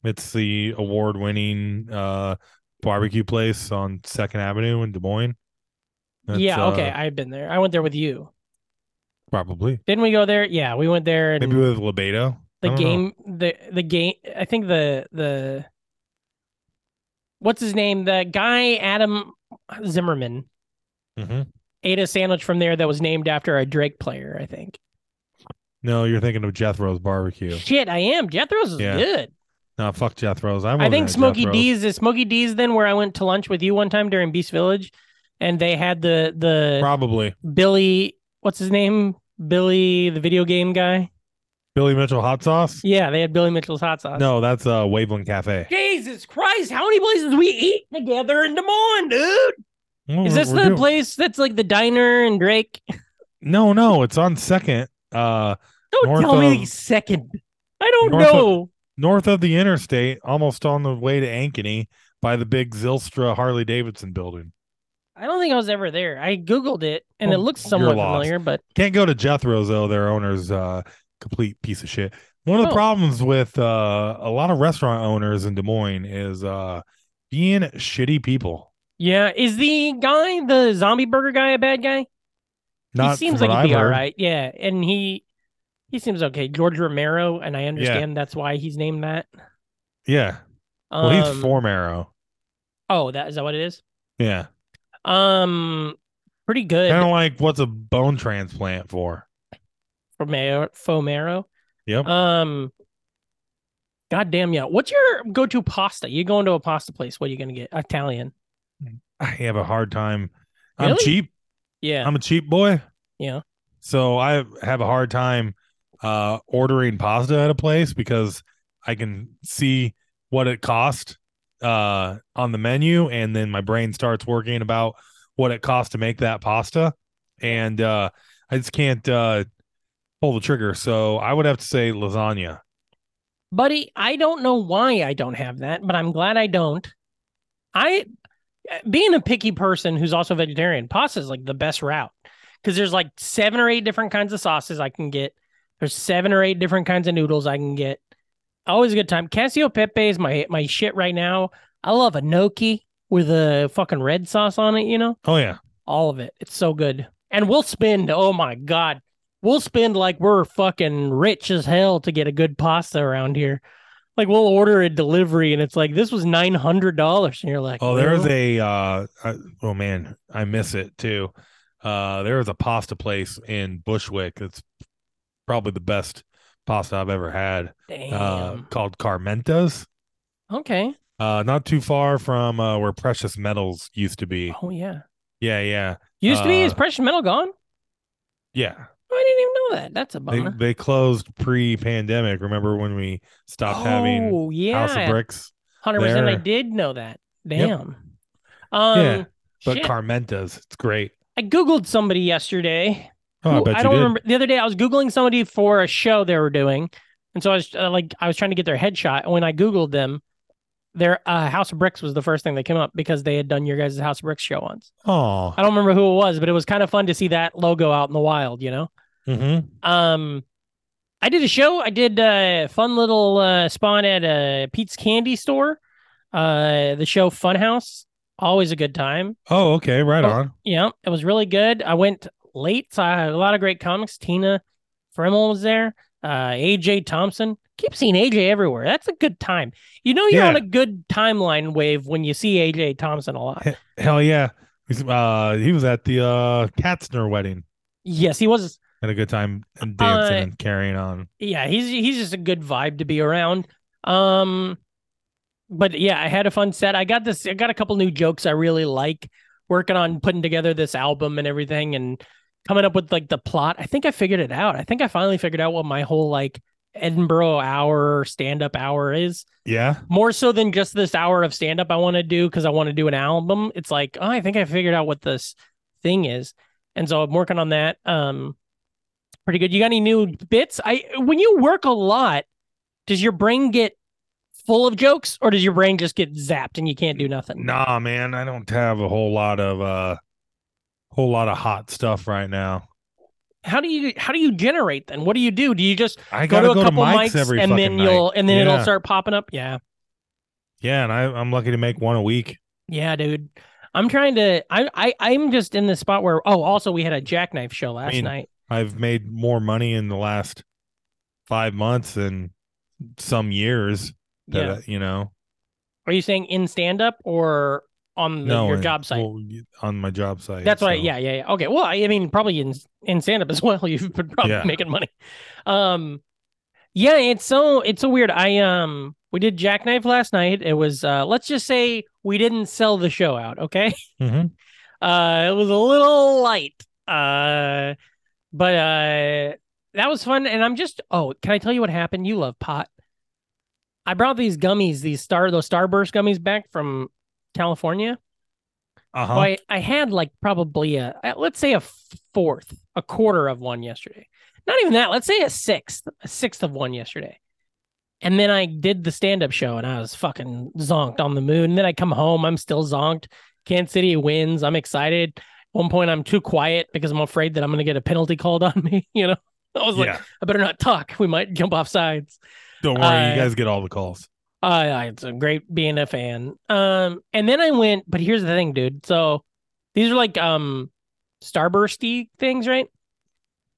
B: It's the award winning uh barbecue place on Second Avenue in Des Moines. It's,
C: yeah,
B: uh,
C: okay. I've been there. I went there with you.
B: Probably.
C: Didn't we go there? Yeah, we went there and
B: Maybe with Lebedo. I
C: the
B: don't know.
C: game the the game i think the the what's his name the guy adam zimmerman
B: Mhm.
C: ate a sandwich from there that was named after a drake player i think
B: No, you're thinking of Jethro's barbecue.
C: shit i am jethro's is
B: Yeah.
C: good
B: No, fuck Jethro's. I'm
C: i
B: over
C: think
B: at
C: smokey
B: Jethro's.
C: d's is smokey d's then where i went to lunch with you one time during beast village and they had the the
B: Probably.
C: billy what's his name billy the video game guy
B: Billy Mitchell hot sauce?
C: yeah they had billy mitchell's hot sauce
B: No, that's uh Waveland Cafe.
C: jesus christ how many places we eat together in des moines dude
B: Well,
C: Is
B: we're-
C: this
B: Mm, we're
C: the
B: doing-
C: place that's like the diner and Drake?
B: No, no, it's on second. Uh
C: Don't
B: North
C: tell me
B: of-
C: second. I don't
B: North of-
C: know.
B: north of the interstate, almost on the way to Ankeny by the big Zilstra Harley Davidson building.
C: I don't think I was ever there. I googled it and it
B: Well,
C: looks
B: Oh, you're
C: somewhat
B: lost.
C: familiar, but
B: Can't go to Jethro's though. Their owner's uh, complete piece of shit. One of the
C: Oh.
B: problems with uh, a lot of restaurant owners in Des Moines is uh, being shitty people.
C: yeah, is the guy the zombie burger guy a bad guy?
B: Not
C: he seems
B: from
C: like
B: what
C: he'd be
B: I've
C: all
B: heard.
C: right. Yeah, and he he seems okay. George Romero, and I understand that's why he's named that.
B: Yeah.
C: Um,
B: Well, he's form arrow.
C: Oh, that is that what it is?
B: Yeah.
C: Um, pretty good.
B: Kind of like what's a bone transplant for?
C: Fomero. Fomero.
B: Yep.
C: Um. Goddamn, yeah. What's your go-to pasta? You go into a pasta place. What are you gonna get? Italian.
B: I have a hard time. I'm
C: Really?
B: cheap.
C: Yeah.
B: I'm a cheap boy.
C: Yeah.
B: So I have a hard time uh ordering pasta at a place because I can see what it cost uh on the menu and then my brain starts working about what it costs to make that pasta and uh I just can't uh pull the trigger. So I would have to say lasagna.
C: buddy i don't know why i don't have that but i'm glad i don't i being a picky person who's also vegetarian pasta is like the best route because there's like seven or eight different kinds of sauces i can get there's seven or eight different kinds of noodles i can get always a good time casio pepe is my my shit right now i love gnocchi with a fucking red sauce on it you know
B: Oh yeah.
C: all of it it's so good and we'll spend oh my god we'll spend like we're fucking rich as hell to get a good pasta around here like we'll order a delivery and it's like this was $900 and you're like
B: Oh, there was
C: "Well,
B: a uh I, oh man, I miss it too. Uh there was a pasta place in Bushwick. It's probably the best pasta I've ever had. Uh
C: damn
B: called Carmentas.
C: okay
B: Uh not too far from uh where Precious Metals used to be.
C: oh yeah
B: Yeah, yeah.
C: used to be is
B: Uh,
C: precious metal gone Oh,
B: Yeah.
C: i didn't even know that that's a
B: They
C: bummer
B: they closed pre-pandemic. Remember when we stopped having
C: oh
B: House of
C: yeah
B: Bricks?
C: 100% i
B: there.
C: did know that
B: Yep.
C: damn um
B: Yeah, but
C: shit.
B: Carmentas, it's great.
C: i googled somebody yesterday
B: Oh, I
C: Who-
B: bet you
C: don't
B: did.
C: remember. The other day, I was googling somebody for a show they were doing, and so I was uh, like, I was trying to get their headshot. And when I googled them, their uh, House of Bricks was the first thing that came up because they had done your guys' House of Bricks show once.
B: Oh,
C: I don't remember who it was, but it was kind of fun to see that logo out in the wild. You know,
B: mm-hmm.
C: um, I did a show. I did a fun little uh, spawn at a Pete's Candy Store. Uh, the show Funhouse, always a good time.
B: oh, okay, right
C: Oh.
B: on.
C: Yeah, it was really good. I went late, so I had a lot of great comics. Tina Frimmel was there. Uh, AJ Thompson. Keep seeing AJ everywhere. That's a good time. You know you're
B: Yeah.
C: on a good timeline wave when you see AJ Thompson a lot.
B: Hell yeah, He's, uh, he was at the uh, Katzner wedding.
C: yes, he was.
B: Had a good time and
C: Uh,
B: dancing and carrying on.
C: Yeah, he's he's just a good vibe to be around. Um, but yeah, I had a fun set. I got this. I got a couple new jokes I really like. Working on putting together this album and everything, and coming up with like the plot. I think I figured it out. I think I finally figured out what my whole like Edinburgh hour stand up hour is.
B: Yeah,
C: More so than just this hour of stand up I want to do because I want to do an album. It's like oh, I think I figured out what this thing is, and so I'm working on that. Um, pretty good. You got any new bits? I when you work a lot, does your brain get full of jokes or does your brain just get zapped and you can't do nothing?
B: nah, man, I don't have a whole lot of uh, whole lot of hot stuff right now.
C: How do you how do you generate then? What do you do? Do you just
B: I
C: go
B: gotta
C: to a
B: go to,
C: couple
B: Mike's
C: mics
B: every
C: and
B: fucking
C: then
B: night.
C: you'll and then it'll
B: Yeah.
C: start popping up? Yeah.
B: Yeah, and I, I'm lucky to make one a week.
C: Yeah, dude. I'm trying to I, I I'm just in the spot where oh also we had a jackknife show last
B: mean,
C: night.
B: I've made more money in the last five months than some years. That,
C: Yeah.
B: uh, you know.
C: Are you saying in stand up or on the, your
B: it-
C: job site?
B: well, y- on my job site.
C: That's right.
B: so-
C: Yeah, yeah, yeah. Okay. Well, I I mean, probably in in stand up as well. You've been probably
B: Yeah.
C: making money. Um, yeah. It's so it's so weird. I um we did Jackknife last night. It was uh let's just say we didn't sell the show out. Okay.
B: Mhm.
C: Uh, it was a little light. Uh, but uh, that was fun. And I'm just oh, can I tell you what happened? You love pot. I brought these gummies, these star those Starburst gummies back from California.
B: Uh-huh.
C: So I, I had like probably a uh, let's say a fourth, a quarter of one yesterday. Not even that. Let's say a sixth, a sixth of one yesterday. And then I did the stand up show and I was fucking zonked on the moon. And then I come home, I'm still zonked. Kansas City wins. I'm excited. At one point, I'm too quiet because I'm afraid that I'm going to get a penalty called on me. You know, I was like,
B: yeah.
C: I better not talk. We might jump off sides.
B: Don't worry,
C: I-
B: you guys get all the calls.
C: Uh, yeah, it's a great being a fan. Um, and then I went, but here's the thing, dude. So these are like um starbursty things, right?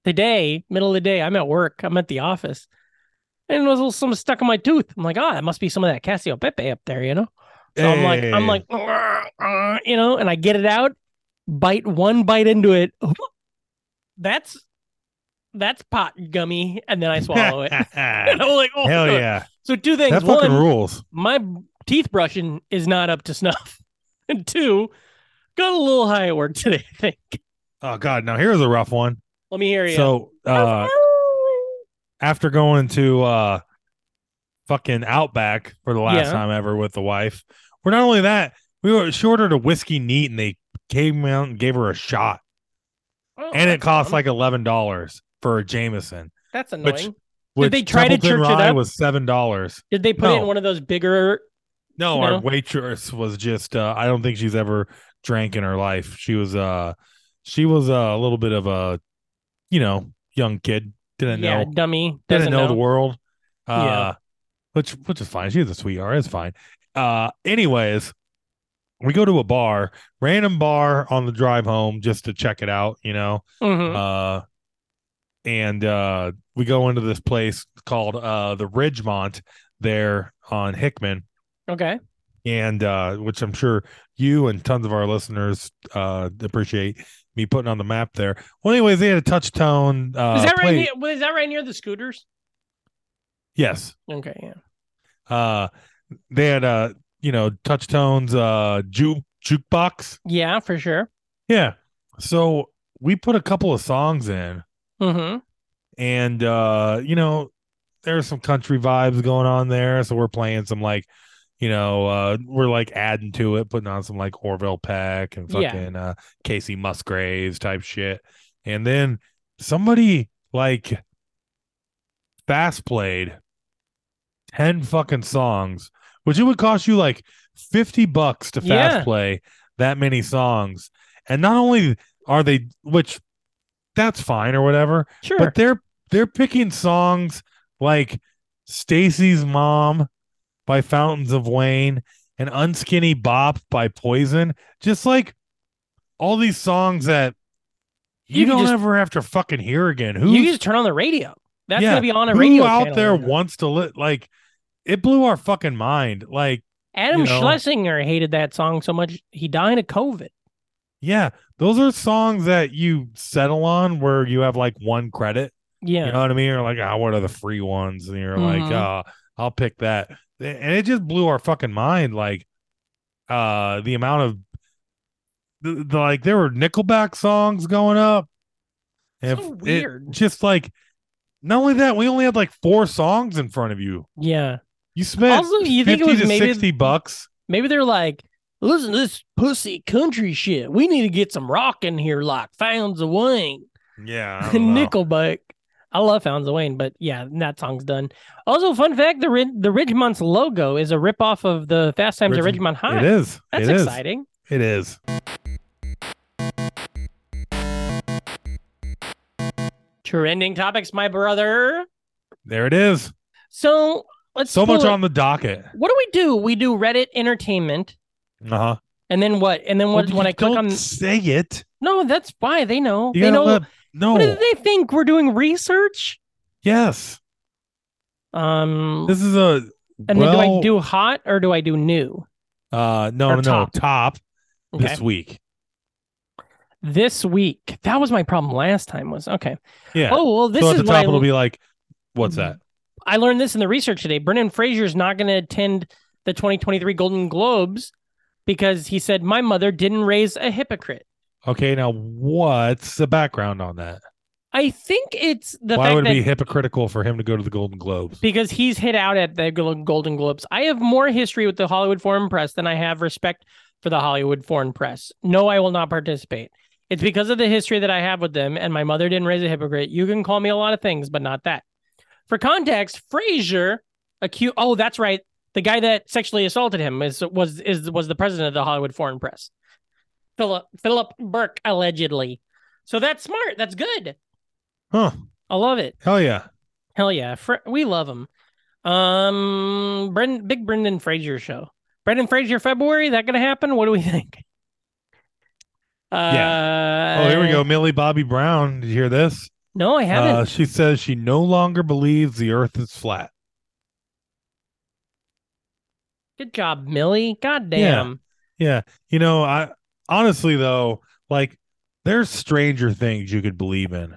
C: Today, middle of the day, I'm at work. I'm at the office, and there's a little something stuck in my tooth. I'm like, ah, that must be some of that Casio Pepe up there, you know. So I'm like, I'm
B: Hey.
C: like, "Argh, argh," you know, and I get it out, bite one bite into it. That's that's pot gummy, and then I swallow it. and
B: Hell
C: I'm like, oh, no.
B: yeah.
C: So two things.
B: That
C: One,
B: fucking rules.
C: my b- teeth brushing is not up to snuff. And two, got a little high at work today, I think.
B: Oh god, now here's a rough one.
C: Let me hear you.
B: So uh after going to uh fucking Outback for the last
C: Yeah.
B: time ever with the wife, We're not only that, we were she ordered a whiskey neat and they came out and gave her a shot.
C: Oh,
B: And it
C: that's
B: cost
C: dumb.
B: like eleven dollars for a Jameson.
C: that's
B: which-
C: annoying.
B: Which
C: they try to
B: Templeton
C: church it
B: Rye
C: up?
B: was seven dollars.
C: Did they put it
B: no.
C: in one of those bigger?
B: No,
C: No.
B: our waitress was just uh, I don't think she's ever drank in her life. She was uh she was uh, a little bit of a you know, young kid. Didn't
C: yeah,
B: know
C: dummy.
B: didn't
C: Doesn't
B: know, the
C: know.
B: world.
C: Yeah.
B: Uh which which is fine. She's a sweetheart, it's fine. Uh anyways, we go to a bar, random bar on the drive home just to check it out, you know.
C: Mhm.
B: Uh, and uh, we go into this place called uh, the Ridgemont there on Hickman,
C: Okay.
B: and uh, which I'm sure you and tons of our listeners uh, appreciate me putting on the map there. Well, anyways, they had a touch tone. Uh,
C: is that right?
B: plate-
C: Near, was that right near the scooters?
B: Yes.
C: Okay. Yeah.
B: Uh, they had uh, you know touch tones uh, ju- jukebox.
C: Yeah, for sure.
B: Yeah. So we put a couple of songs in.
C: Mm-hmm.
B: and uh you know there's some country vibes going on there so we're playing some like you know uh we're like adding to it putting on some like orville peck and
C: Yeah.
B: fucking uh casey musgraves type shit and then somebody like fast played 10 fucking songs which it would cost you like 50 bucks to fast
C: Yeah.
B: play that many songs and not only are they which that's fine or whatever
C: Sure.
B: but they're they're picking songs like Stacy's Mom by Fountains of Wayne and Unskinny Bop by Poison. Just like all these songs that you,
C: You can
B: don't
C: just-
B: ever have to fucking hear again. Who's
C: you can just turn on the radio. That's
B: Yeah,
C: gonna be on a
B: who
C: radio
B: out
C: channel
B: there
C: right now.
B: wants to li- like it blew our fucking mind. Like
C: Adam
B: you know?
C: Schlesinger hated that song so much he died of COVID.
B: yeah, those are songs that you settle on where you have like one credit
C: Yeah.
B: You know what I mean? You're like, ah, what are the free ones? And you're like,
C: Mhm.
B: ah, I'll pick that. And it just blew our fucking mind. Like, uh, the amount of the, the- like there were Nickelback songs going up. And
C: So
B: f- it-
C: weird.
B: just like not only that, we only had like four songs in front of you.
C: yeah.
B: You spent
C: Also, you think it
B: 50
C: was
B: to
C: maybe-
B: sixty bucks.
C: Maybe they're like, listen to this pussy country shit. We need to get some rock in here, like Founds of Wayne,
B: Yeah. I don't know.
C: Nickelback. I love Founds of Wayne, but yeah, that song's done. Also, fun fact: the Rid- the Ridgemont's logo is a ripoff of the Fast Times at
B: Ridge-
C: Ridgemont High.
B: It is.
C: That's
B: It is.
C: exciting.
B: It is.
C: Trending topics, my brother.
B: There it is.
C: So let's
B: So
C: pull
B: much
C: it-
B: on the docket.
C: What do we do? We do Reddit entertainment,
B: Uh-huh.
C: and then what? And then what?
B: Well,
C: when
B: you
C: I click
B: don't
C: on
B: say it.
C: no, that's why they know.
B: You gotta
C: they know.
B: let- no.
C: What do they think we're doing research?
B: Yes.
C: Um,
B: This is a
C: and
B: well,
C: then do I do hot or do I do new?
B: uh no no
C: or
B: no
C: top?
B: top,
C: Okay.
B: this week.
C: This week, that was my problem last time. Was okay.
B: Yeah.
C: Oh well, this
B: so at
C: is
B: the
C: what I,
B: top it'll be like what's that?
C: I learned this in the research today. Brendan Fraser's not going to attend the 2023 Golden Globes because he said my mother didn't raise a hypocrite.
B: Okay, now what's the background on that?
C: I think it's the
B: Why
C: fact
B: would it
C: that
B: be hypocritical for him to go to the Golden Globes?
C: because he's hit out at the Gol- Golden Globes. I have more history with the Hollywood Foreign Press than I have respect for the Hollywood Foreign Press. No, I will not participate. It's because of the history that I have with them, and my mother didn't raise a hypocrite. You can call me a lot of things, but not that. For context, Frasier accused. Oh, that's right. The guy that sexually assaulted him is was is was the president of the Hollywood Foreign Press, Philip Philip Burke allegedly. So that's smart. That's good.
B: Huh.
C: I love it.
B: Hell yeah.
C: Hell yeah, Fr- we love him. Um, Brendan, big Brendan Fraser show. Brendan Fraser, February. That gonna happen? What do we think? Uh,
B: Oh, here we go. Millie Bobby Brown. Did you hear this?
C: No, Uh, I haven't.
B: Uh, she says she no longer believes the earth is flat.
C: Good job, Millie. God damn.
B: Yeah. You know, I honestly though, like there's stranger things you could believe in.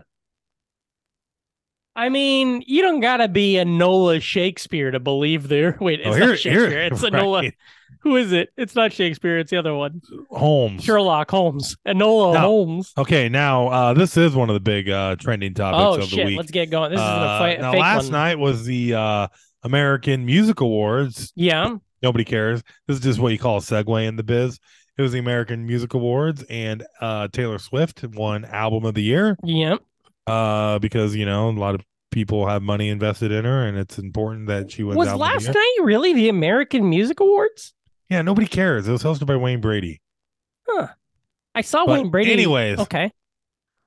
C: I mean, you don't gotta be a Nola Shakespeare to believe there. Wait, it's
B: Oh,
C: not Shakespeare. it's a Nola.
B: right.
C: Who is it? It's not Shakespeare. It's the other one.
B: Holmes.
C: Sherlock Holmes. Enola
B: No.
C: Holmes.
B: Okay, now uh, this is one of the big uh, trending topics
C: oh
B: of the
C: shit!
B: week.
C: Let's get going. This is
B: Uh,
C: a fi-
B: now,
C: fake
B: last
C: one.
B: night was the uh, American Music Awards,
C: Yeah.
B: Nobody cares. This is just what you call a segue in the biz. It was the American Music Awards, and uh, Taylor Swift won Album of the Year
C: Yep.
B: uh, because you know a lot of people have money invested in her, and it's important that she wins.
C: Was
B: Album of the
C: last
B: Year.
C: night really the American Music Awards?
B: Yeah, nobody cares. It was hosted by Wayne Brady.
C: I saw
B: But
C: Oh, Wayne Brady.
B: anyways,
C: Okay.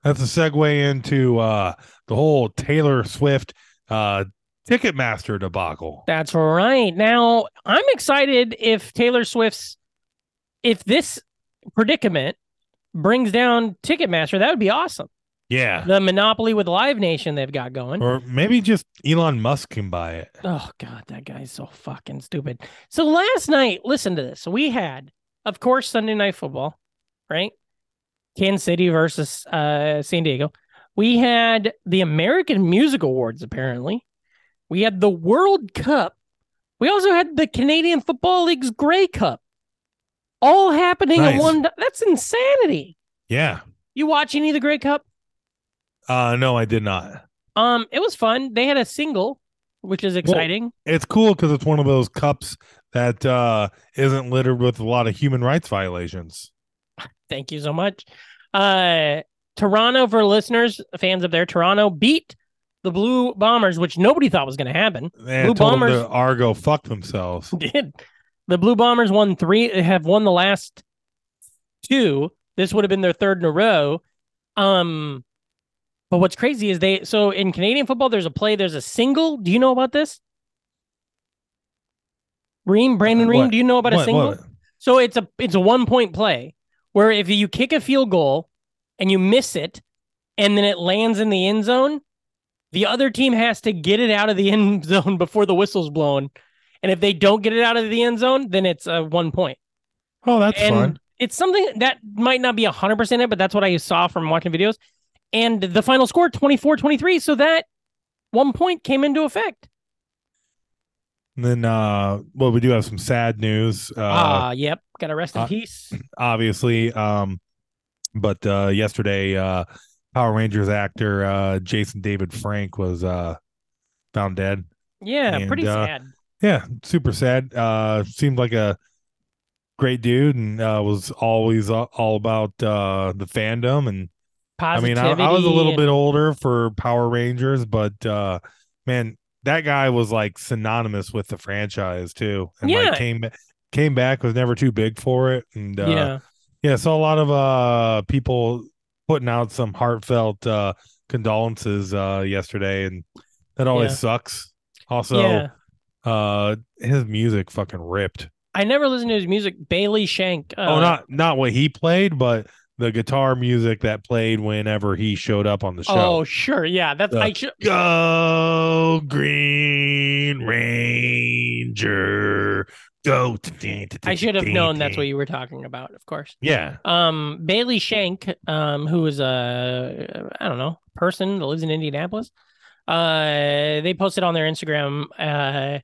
B: that's a segue into uh, the whole Taylor Swift uh, Ticketmaster debacle.
C: That's right. Now I'm excited if Taylor Swift's if this predicament brings down Ticketmaster, that would be awesome.
B: Yeah,
C: The monopoly with Live Nation they've got going.
B: or maybe just Elon Musk can buy it.
C: Oh god, that guy's so fucking stupid. So last night, listen to this. We had, of course, Sunday night football, right? Kansas City versus uh San Diego. We had the American Music Awards, apparently. We had the World Cup. We also had the Canadian Football League's Grey Cup. All happening at
B: Nice.
C: one that's insanity.
B: Yeah.
C: You watch any of the Grey Cup?
B: Uh, no, I did not.
C: Um, it was fun. They had a single, which is exciting.
B: It's cool because it's one of those cups that uh, isn't littered with a lot of human rights violations.
C: Thank you so much. Uh, Toronto, for listeners, fans up there, Toronto beat the Blue Bombers, which nobody thought was going to happen.
B: And
C: Blue
B: told them
C: Bombers-
B: to Argo fuck themselves.
C: Did the Blue Bombers won three? Have won the last two. This would have been their third in a row. Um, but what's crazy is they. So in Canadian football, there's a play. There's a single. Do you know about this? Ream, Brandon Ream.
B: Uh, What?
C: Do you know about a
B: What-
C: single?
B: what?
C: So it's a it's a one point play where if you kick a field goal and you miss it, and then it lands in the end zone, the other team has to get it out of the end zone before the whistle's blown. And if they don't get it out of the end zone, then it's a one point.
B: Oh, that's
C: and
B: fun.
C: it's something that might not be 100% it, but that's what I saw from watching videos. And the final score 24 23. So that one point came into effect.
B: And then, uh, well, we do have some sad news, uh,
C: Ah, yep. Got to rest in
B: uh,
C: peace.
B: obviously. Um, but uh, yesterday, uh, Power Rangers actor uh, Jason David Frank was uh, found dead.
C: Yeah,
B: and,
C: pretty
B: uh,
C: sad.
B: Yeah, super sad. Uh, seemed like a great dude, and uh, was always a- all about uh, the fandom. And I mean,
C: Positivity.
B: I, I was a little
C: and-
B: bit older for Power Rangers, but uh, man, that guy was like synonymous with the franchise too. And
C: Yeah.
B: like came came back was never too big for it, and uh,
C: yeah.
B: yeah, saw a lot of uh people putting out some heartfelt uh condolences uh yesterday, and that always
C: Yeah.
B: sucks. Also, uh, his music fucking ripped.
C: I never listened to his music. Bailey Shank. Uh,
B: oh, not not what he played, but the guitar music that played whenever he showed up on the show.
C: Oh, sure. Yeah, that's
B: The-
C: I should.
B: Go Green Ranger. Go.
C: I should have known that's what you were talking about. Of course.
B: Yeah.
C: Um, Bailey Shank, um, who is a I don't know person that lives in Indianapolis. Uh, they posted on their Instagram uh,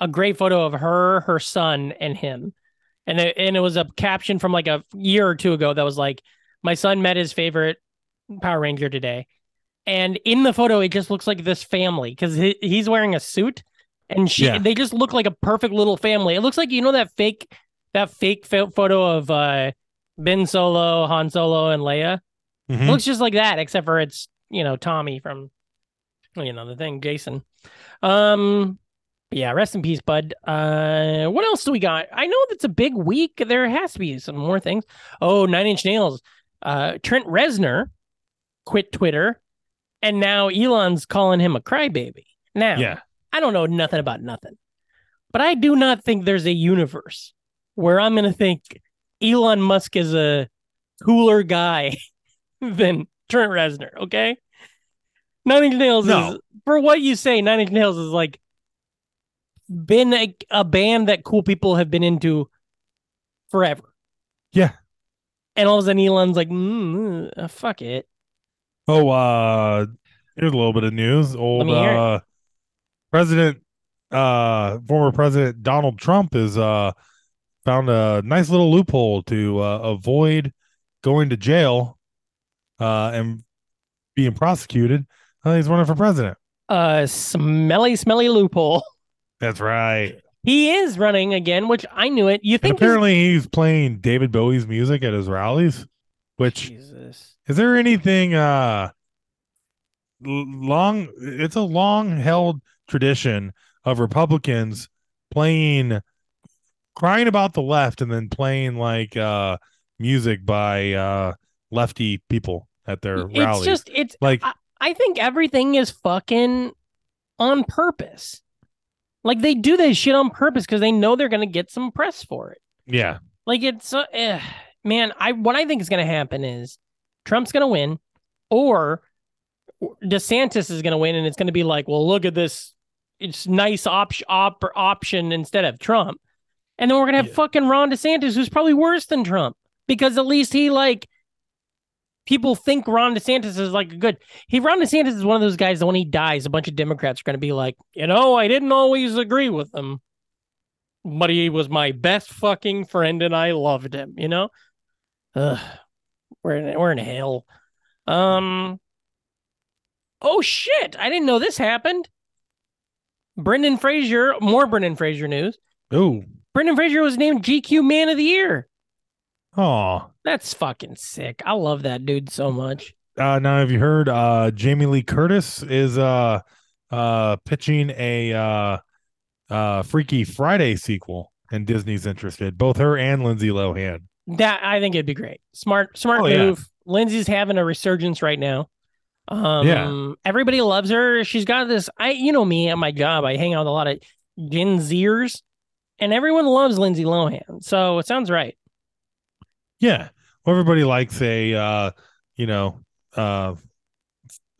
C: a great photo of her, her son, and him, and it, and it was a caption from like a year or two ago that was like, "My son met his favorite Power Ranger today," and in the photo, it just looks like this family because he, he's wearing a suit, and she
B: Yeah.
C: they just look like a perfect little family. It looks like you know that fake that fake pho- photo of uh, Ben Solo, Han Solo, and Leia. It
B: Mhm.
C: looks just like that, except for it's you know Tommy from you know the thing, Jason. Um, yeah, rest in peace, bud. Uh, what else do we got? I know that's a big week. There has to be some more things. Oh, Nine Inch Nails. Uh, Trent Reznor quit Twitter, and now Elon's calling him a crybaby. Now,
B: Yeah.
C: I don't know nothing about nothing, but I do not think there's a universe where I'm going to think Elon Musk is a cooler guy than Trent Reznor. Okay, Nine Inch Nails is
B: No.
C: for what you say. Nine Inch Nails is like been a, a band that cool people have been into forever.
B: Yeah.
C: and all of a sudden Elon's like, mm, uh, fuck it.
B: Oh, uh, here's a little bit of news. Old
C: me hear it.
B: uh, President, uh, former President Donald Trump is uh found a nice little loophole to uh, avoid going to jail, uh, and being prosecuted. Uh, he's running for president.
C: Uh, smelly, smelly loophole.
B: That's right.
C: He is running again, which I knew it. You
B: And
C: think he's-
B: apparently he's playing David Bowie's music at his rallies. Which
C: Jesus.
B: is there anything uh l- long it's a long held tradition of Republicans playing crying about the left and then playing like uh music by uh lefty people at their
C: It's
B: rallies.
C: just it's
B: like
C: I think everything is fucking on purpose. Like they do this shit on purpose because they know they're gonna get some press for it.
B: yeah.
C: Like it's uh, eh. man, I what I think is gonna happen is Trump's gonna win, or DeSantis is gonna win, and it's gonna be like, well, look at this, it's nice op- op- option instead of Trump, and then we're gonna have
B: Yeah.
C: fucking Ron DeSantis, who's probably worse than Trump because at least he like people think Ron DeSantis is like a good. He Ron DeSantis is one of those guys that when he dies, a bunch of Democrats are going to be like, you know, I didn't always agree with him, but he was my best fucking friend, and I loved him. You know, Ugh, we're in, we're in hell. Um. Oh shit! I didn't know this happened. Brendan Fraser, more Brendan Fraser news.
B: Ooh.
C: Brendan Fraser was named GQ Man of the Year.
B: Oh.
C: That's fucking sick. I love that dude so much.
B: Uh now have you heard uh Jamie Lee Curtis is uh uh pitching a uh uh Freaky Friday sequel and Disney's interested. Both her and Lindsay Lohan.
C: That I think it'd be great. Smart, smart
B: Oh, yeah.
C: move. Lindsay's having a resurgence right now. Um,
B: Yeah.
C: everybody loves her. She's got this. I, you know me at my job, I hang out with a lot of Gen Zers, and everyone loves Lindsay Lohan. So it sounds right.
B: Yeah. Well, everybody likes a uh, you know, uh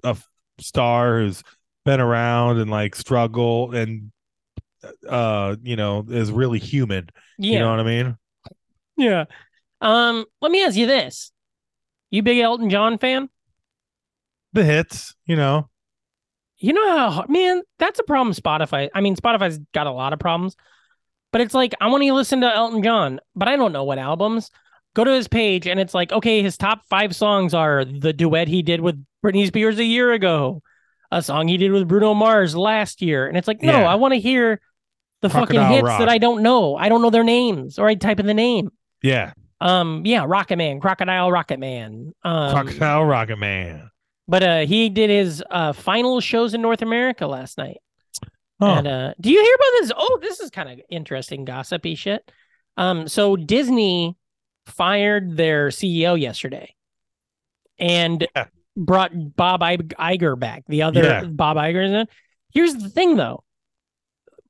B: a f- star who's been around and like struggle and uh, you know, is really human.
C: Yeah,
B: You know what I mean?
C: yeah. Um, let me ask you this: You big Elton John fan?
B: The hits, you know.
C: You know how hard- man, that's a problem Spotify. I mean, Spotify's got a lot of problems. But it's like I want to listen to Elton John, but I don't know what albums. Go to his page and it's like, okay, his top 5 songs are the duet he did with Britney Spears a year ago, a song he did with Bruno Mars last year. And it's like, no,
B: Yeah.
C: I want to hear the fucking
B: Crocodile
C: hits
B: Rock.
C: that I don't know. I don't know their names or I type in the name.
B: Yeah.
C: Um yeah, Rocket Man, Crocodile Rocket Man. Um,
B: Crocodile Rocket Man.
C: But uh he did his uh final shows in North America last night.
B: Oh,
C: And uh, do you hear about this? Oh, this is kind of interesting, gossipy shit. Um, so Disney fired their CEO yesterday, and
B: Yeah.
C: brought Bob I- Iger back. The other
B: Yeah.
C: Bob Iger. is in it. Here's the thing, though.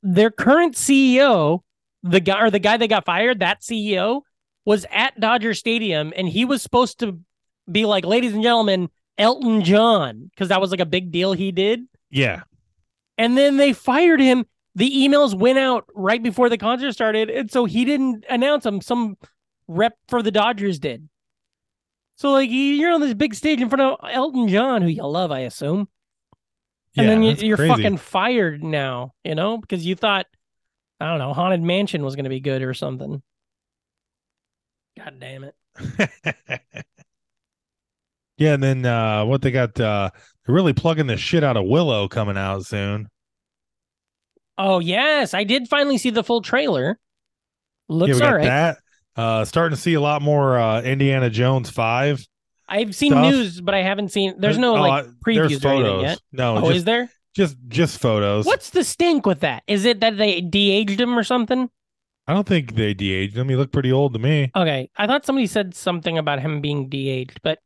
C: Their current CEO, the guy or the guy that got fired, that CEO was at Dodger Stadium, and he was supposed to be like, "Ladies and gentlemen, Elton John," because that was like a big deal he did
B: yeah.
C: and then they fired him. The emails went out right before the concert started, and so he didn't announce them. Some rep for the Dodgers did. So like you- you're on this big stage in front of Elton John, who you love, I assume, and
B: yeah,
C: then you,
B: that's
C: you're
B: crazy.
C: fucking fired now, you know, because you thought I don't know Haunted Mansion was going to be good or something. God damn it!
B: yeah, and then uh what they got uh they're really plugging the shit out of Willow coming out soon.
C: Oh yes, I did finally see the full trailer.
B: yeah,
C: Looks
B: we got
C: all right.
B: that. Uh starting to see a lot more uh Indiana Jones 5.
C: I've seen
B: stuff.
C: news, but I haven't seen. There's no
B: Oh, I-
C: like
B: there's
C: previews or anything yet.
B: No,
C: Oh,
B: just,
C: is there?
B: just just photos.
C: What's the stink with that? Is it that they de-aged him or something?
B: I don't think they de-aged him. He looked pretty old to me.
C: Okay, I thought somebody said something about him being de-aged, but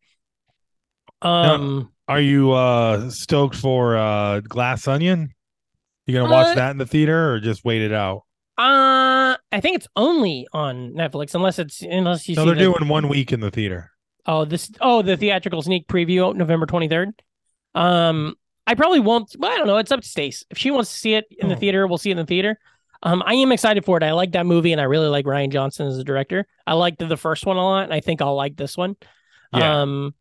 C: um,
B: Are you uh stoked for uh Glass Onion? You gonna watch
C: Uh,
B: that in the theater or just wait it out?
C: uh, I think it's only on Netflix unless it's unless you
B: No,
C: see
B: they're
C: the-
B: doing one week in the theater.
C: oh this oh the theatrical sneak preview November twenty third. Um, I probably won't. Well, I don't know. It's up to Stace. If she wants to see it in the
B: Oh.
C: theater, we'll see it in the theater. Um, I am excited for it. I like that movie, and I really like Ryan Johnson as a director. I liked the first one a lot, and I think I'll like this one.
B: Yeah.
C: Um,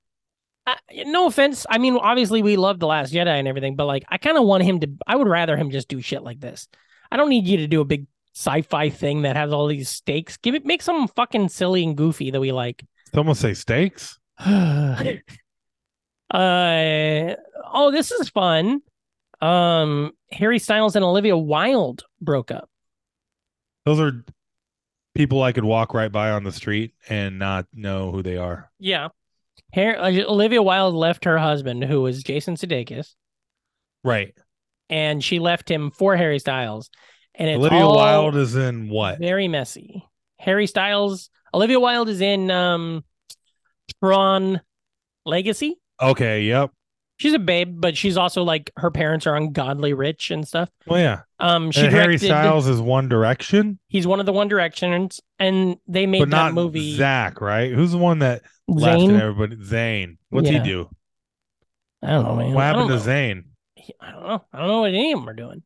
C: I, no offense. I mean, obviously we love the Last Jedi and everything, but like, I kind of want him to. I would rather him just do shit like this. I don't need you to do a big sci-fi thing that has all these stakes. Give it, make something fucking silly and goofy that we like.
B: Someone say steaks?
C: uh, oh, this is fun. Um, Harry Styles and Olivia Wilde broke up.
B: Those are people I could walk right by on the street and not know who they are.
C: Yeah. Her- uh, Olivia Wilde left her husband, who was Jason Sudeikis,
B: Right.
C: and she left him for Harry Styles. And it's
B: Olivia
C: all
B: Wilde is in what?
C: very messy. Harry Styles, Olivia Wilde is in um, Tron Legacy.
B: Okay. Yep.
C: She's a babe, but she's also like her parents are ungodly rich and stuff.
B: Well, Oh, yeah.
C: Um, she
B: And Uh, Harry
C: directed-
B: Styles is One Direction,
C: He's one of the One Directions, and they made
B: but
C: that
B: not
C: movie.
B: Zach, right? Who's the one that laughed
C: Zane.
B: at everybody? Zane. What's
C: Yeah.
B: he do?
C: I don't know, man.
B: What
C: I
B: happened
C: don't
B: to
C: know.
B: Zane?
C: he- I don't know. I don't know what any of them are doing.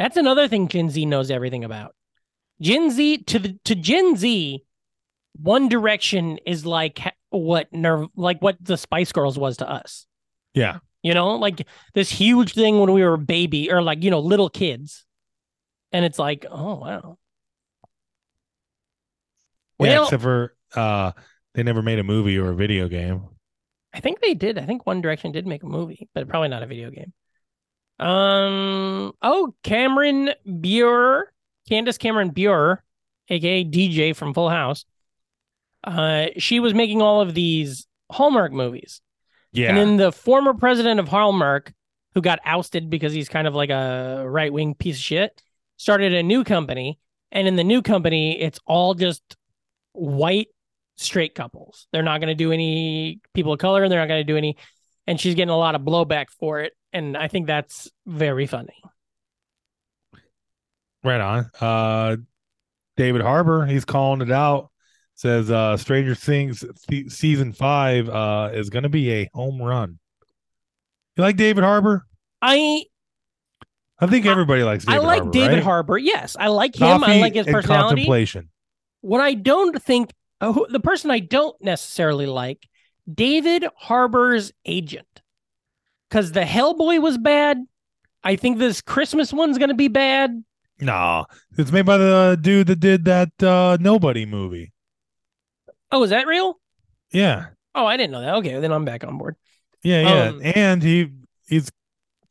C: That's another thing Gen Z knows everything about. Gen Z to the to Gen Z, One Direction is like ha- what nerve like what the Spice Girls was to us.
B: Yeah.
C: You know, like this huge thing when we were baby or like you know little kids, and it's like oh wow.
B: yeah,
C: Well,
B: except for uh, they never made a movie or a video game.
C: I think they did. I think One Direction did make a movie, but probably not a video game. Um. Oh, Cameron Bure, Candace Cameron Bure, aka DJ from Full House. Uh, she was making all of these Hallmark movies,
B: Yeah.
C: and then the former president of Hallmark, who got ousted because he's kind of like a right wing piece of shit, started a new company, and in the new company, it's all just white straight couples. They're not going to do any people of color, and they're not going to do any. And she's getting a lot of blowback for it, and I think that's very funny.
B: Right on. Uh, David Harbour, he's calling it out. Says uh, Stranger Things se- season five uh, is going to be a home run. You like David Harbour?
C: I
B: I think everybody likes David
C: I like
B: Harbour,
C: David
B: right?
C: Harbour. Yes, I like him. I
B: Coffee
C: like his
B: and
C: personality.
B: Contemplation.
C: what I don't think uh, who- the person I don't necessarily like David Harbour's agent because the Hellboy was bad. I think this Christmas one's going to be bad.
B: Nah, it's made by the dude that did that uh, Nobody movie.
C: Oh, is that real?
B: Yeah,
C: Oh, I didn't know that. Okay, then I'm back on board.
B: yeah, yeah.
C: Um,
B: and he he's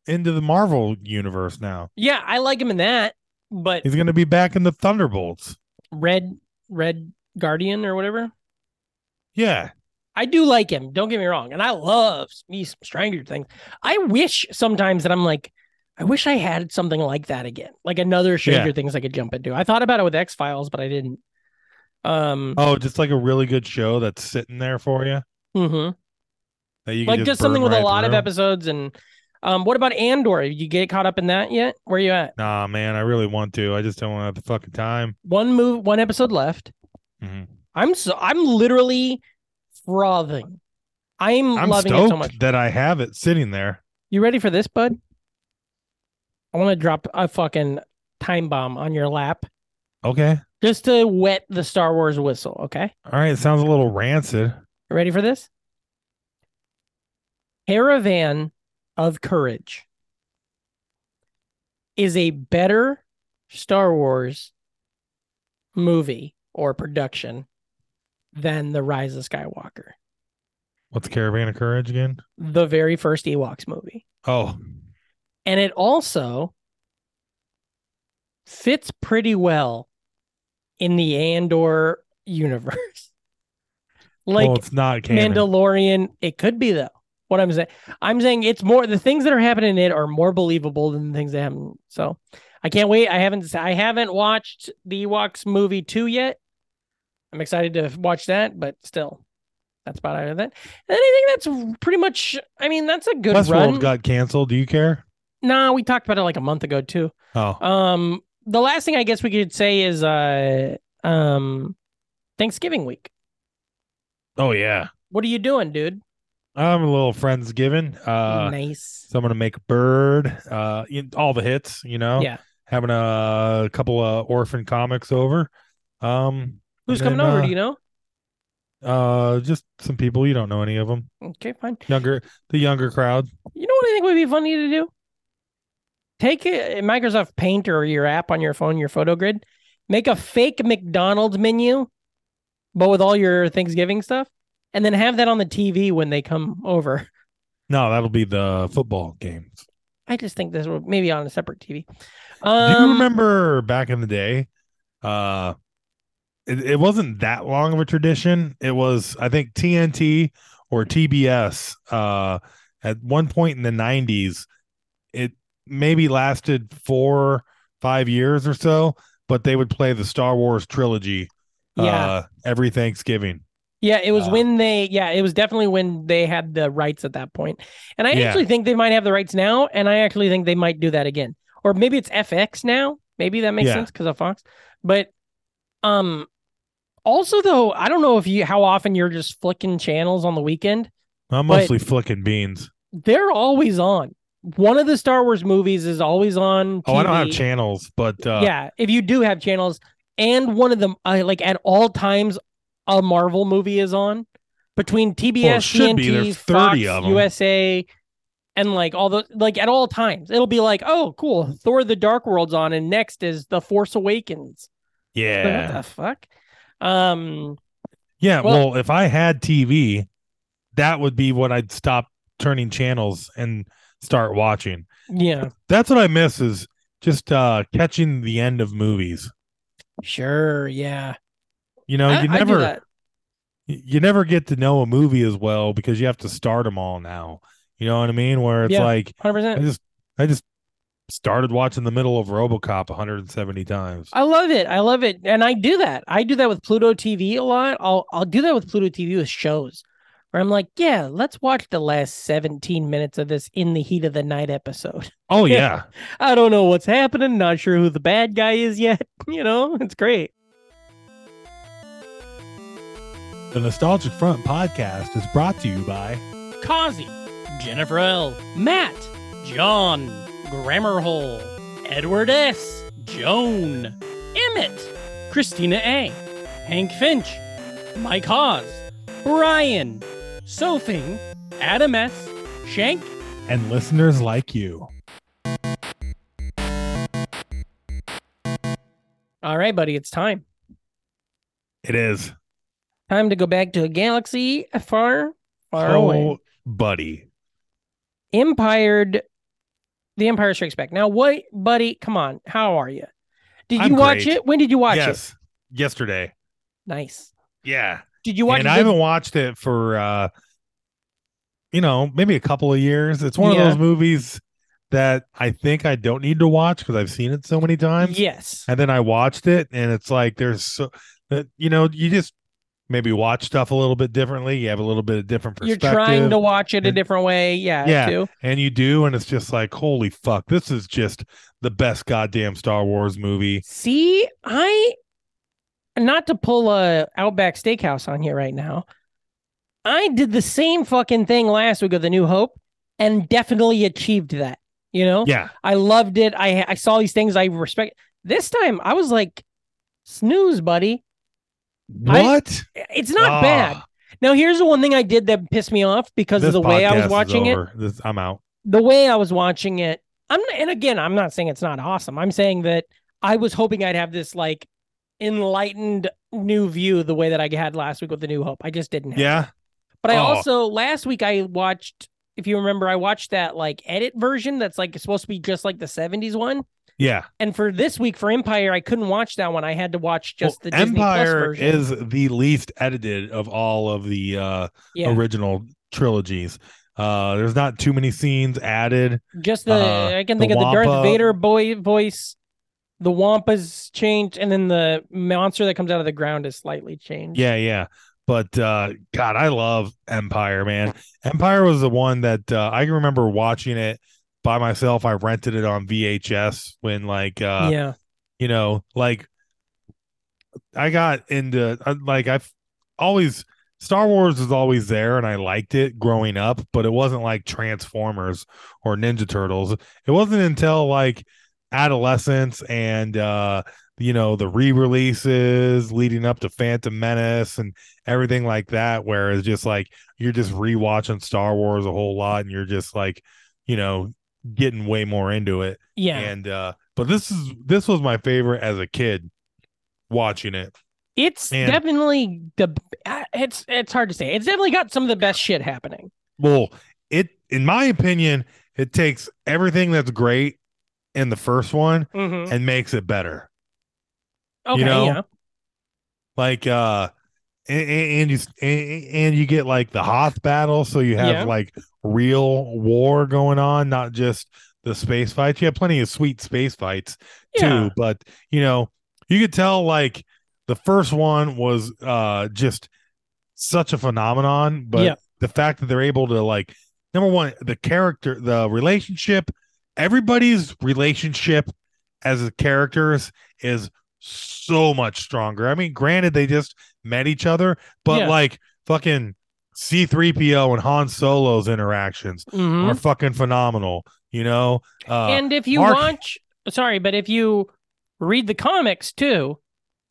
B: into the Marvel universe now.
C: Yeah, I like him in that, but
B: He's going to be back in the Thunderbolts.
C: Red Red Guardian or whatever.
B: Yeah,
C: I do like him. Don't get me wrong, and I love me some Stranger Things. I wish sometimes that I'm like, I wish I had something like that again, like another Stranger Things I could jump into. I thought about it with X Files, but I didn't. Um,
B: Oh, just like a really good show that's sitting there for you.
C: mhm.
B: That you can
C: like just, something
B: burn
C: with a
B: right
C: lot of
B: through.
C: episodes. And um, what about Andor? You get caught up in that yet? Where you at?
B: Nah, man, I really want to. I just don't have the fucking time.
C: One move, one episode left. Mm-hmm.
B: Mhm.
C: I'm so I'm literally frothing. I'm,
B: I'm
C: loving
B: stoked
C: it so much.
B: that I have it sitting there.
C: You ready for this, bud? I want to drop a fucking time bomb on your lap
B: Okay.
C: just to wet the Star Wars whistle, okay?
B: All right. It sounds a little rancid.
C: You ready for this? Caravan of Courage is a better Star Wars movie or production than The Rise of Skywalker,
B: What's Caravan of Courage again?
C: the very first Ewoks movie.
B: Oh,
C: and it also fits pretty well in the Andor universe. like
B: well, it's not canon.
C: Mandalorian, it could be though. What I'm saying, I'm saying it's more the things that are happening in it are more believable than the things that happen. So I can't wait. I haven't I haven't watched the Ewoks movie two yet. I'm excited to watch that, but still, that's about it. That and I think that's pretty much. I mean, that's a good run.
B: Westworld got canceled. Do you care?
C: Nah, we talked about it like a month ago too.
B: Oh,
C: Um, the last thing I guess we could say is uh um Thanksgiving week.
B: oh yeah.
C: What are you doing, dude?
B: I'm a little friendsgiving. Uh,
C: nice.
B: so I'm gonna make bird. Uh, in, all the hits. You know.
C: Yeah.
B: Having a, couple of orphan comics over. Um,
C: Who's
B: and
C: coming
B: then,
C: over?
B: uh,
C: do you know?
B: Uh, just some people you don't know any of them.
C: Okay, fine.
B: Younger, the younger crowd.
C: You know what I think would be funny to do? Take a, Microsoft Paint or your app on your phone, your photo grid, make a fake McDonald's menu, but with all your Thanksgiving stuff, and then have that on the TV when they come over.
B: No, that'll be the football games.
C: I just think this would maybe on a separate TV.
B: Do you
C: Um,
B: remember back in the day uh it, it wasn't that long of a tradition it was i think tnt or tbs uh at one point in the 90s it maybe lasted four five years or so but they would play the star wars trilogy
C: Yeah.
B: uh every thanksgiving
C: Yeah, it was
B: Uh,
C: when they yeah, it was definitely when they had the rights at that point. And I
B: Yeah.
C: actually think they might have the rights now, and I actually think they might do that again. Or maybe it's FX now. Maybe that makes
B: Yeah.
C: sense because of Fox. But um also though, I don't know if you how often you're just flicking channels on the weekend.
B: i'm
C: But-
B: mostly flicking beans
C: They're always on. One of the Star Wars movies is always on.
B: oh i don't have
C: TV.
B: channels but uh
C: yeah, if you do have channels, and one of them, uh, like at all times, a Marvel movie is on between TBS,
B: Well, it should be.
C: TNT,
B: There's 30
C: Fox,
B: of 'em.
C: USA, and like all the like at all times, it'll be like, oh, cool, Thor: The Dark World's on, and next is The Force Awakens. Like,
B: yeah
C: what the fuck? Um,
B: Yeah,
C: Well-
B: well, if I had TV, that would be what I'd stop turning channels and start watching.
C: yeah,
B: That's what I miss is just uh catching the end of movies.
C: sure, yeah.
B: You know,
C: I-
B: you
C: I do
B: never
C: that.
B: y- you never get to know a movie as well because you have to start them all now. You know what I mean? Where it's
C: Yeah.
B: like
C: hundred
B: I
C: percent.
B: just I just started watching the middle of RoboCop 170 times.
C: I love it. I love it. And I do that. I do that with Pluto TV a lot. I'll I'll do that with Pluto TV with shows where I'm like, yeah, let's watch the last 17 minutes of this in the heat of the night episode.
B: Oh
C: Yeah.
B: yeah.
C: I don't know what's happening, not sure who the bad guy is yet. You know, it's great.
B: the Nostalgic Front podcast is brought to you by
C: Kazi, Jennifer L, Matt, John, Grammarhole, Edward S, Joan, Emmett, Christina A, Hank Finch, Mike Hawes, Brian, Sophing, Adam S, Shank,
B: and listeners like you.
C: All right, buddy, it's time.
B: It is.
C: Time to go back to a galaxy far, far away.
B: Oh, buddy.
C: Empired, The Empire Strikes Back. Now, what, buddy? Come on, how are you? Did you
B: I'm
C: watch
B: great.
C: it? When did you watch it?
B: yes. Yesterday.
C: Nice.
B: Yeah.
C: Did you watch
B: and
C: it?
B: I
C: good-
B: haven't watched it for uh you know, maybe a couple of years. It's one
C: Yeah.
B: of those movies that I think I don't need to watch because I've seen it so many times.
C: Yes.
B: And then I watched it and it's like there's so that you know, you just maybe watch stuff a little bit differently. You have a little bit of different
C: You're
B: perspective.
C: trying to watch it a
B: and-
C: different way. Yeah.
B: Yeah.
C: too.
B: and you do, and it's just like, holy fuck, this is just the best goddamn Star Wars movie.
C: See, I not to pull a Outback Steakhouse on you right now. I did the same fucking thing last week with The New Hope, and definitely achieved that. You know,
B: Yeah.
C: I loved it. I I saw these things I respect. This time I was like, snooze, buddy. I-
B: What?
C: It's not
B: Ah,
C: bad. Now here's the one thing I did that pissed me off because
B: this
C: of the way I
B: podcast
C: was
B: is
C: watching it.
B: over. This- I'm out.
C: the way I was watching it, I'm and again, I'm not saying it's not awesome. I'm saying that I was hoping I'd have this like enlightened new view the way that I had last week with the New Hope. I just didn't. Have.
B: Yeah.
C: But I
B: oh.
C: also last week I watched, if you remember, I watched that like edit version that's like supposed to be just like the '70s one.
B: Yeah.
C: And for this week for Empire, I couldn't watch that one. I had to watch just
B: Well,
C: the Disney Plus
B: Empire
C: version.
B: is the least edited of all of the uh,
C: yeah,
B: original trilogies. Uh, there's not too many scenes added.
C: just the
B: uh,
C: I can
B: the
C: think of the Darth
B: Wampa.
C: Vader boy voice, the Wampa's changed, and then the monster that comes out of the ground is slightly changed.
B: Yeah, yeah. But uh, God, I love Empire, man. Empire was the one that uh, I can remember watching it by myself. I rented it on VHS when, like, uh,
C: yeah,
B: you know, like I got into I- like I've always Star Wars was always there and I liked it growing up, but it wasn't like Transformers or Ninja Turtles. It wasn't until like adolescence and uh you know the re-releases leading up to Phantom Menace and everything like that where it's just like you're just rewatching Star Wars a whole lot and you're just like you know getting way more into it
C: yeah.
B: and uh but this is this was my favorite as a kid watching it
C: it's
B: and-
C: definitely the I- it's it's hard to say. It's definitely got some of the best shit happening.
B: well it in my opinion it takes everything that's great in the first one
C: Mm-hmm.
B: and makes it better
C: Okay,
B: know?
C: yeah.
B: like uh and, and you and, and you get like the hoth battle so you have
C: Yeah.
B: like real war going on not just the space fights you have plenty of sweet space fights
C: Yeah.
B: too but you know you could tell like the first one was uh just such a phenomenon but
C: Yeah.
B: the fact that they're able to like number one the character the relationship everybody's relationship as characters is so much stronger i mean granted they just met each other but
C: Yeah.
B: like fucking c3po and han solo's interactions
C: Mhm.
B: are fucking phenomenal you know uh
C: and if you
B: Mark-
C: watch, sorry, but if you read the comics too,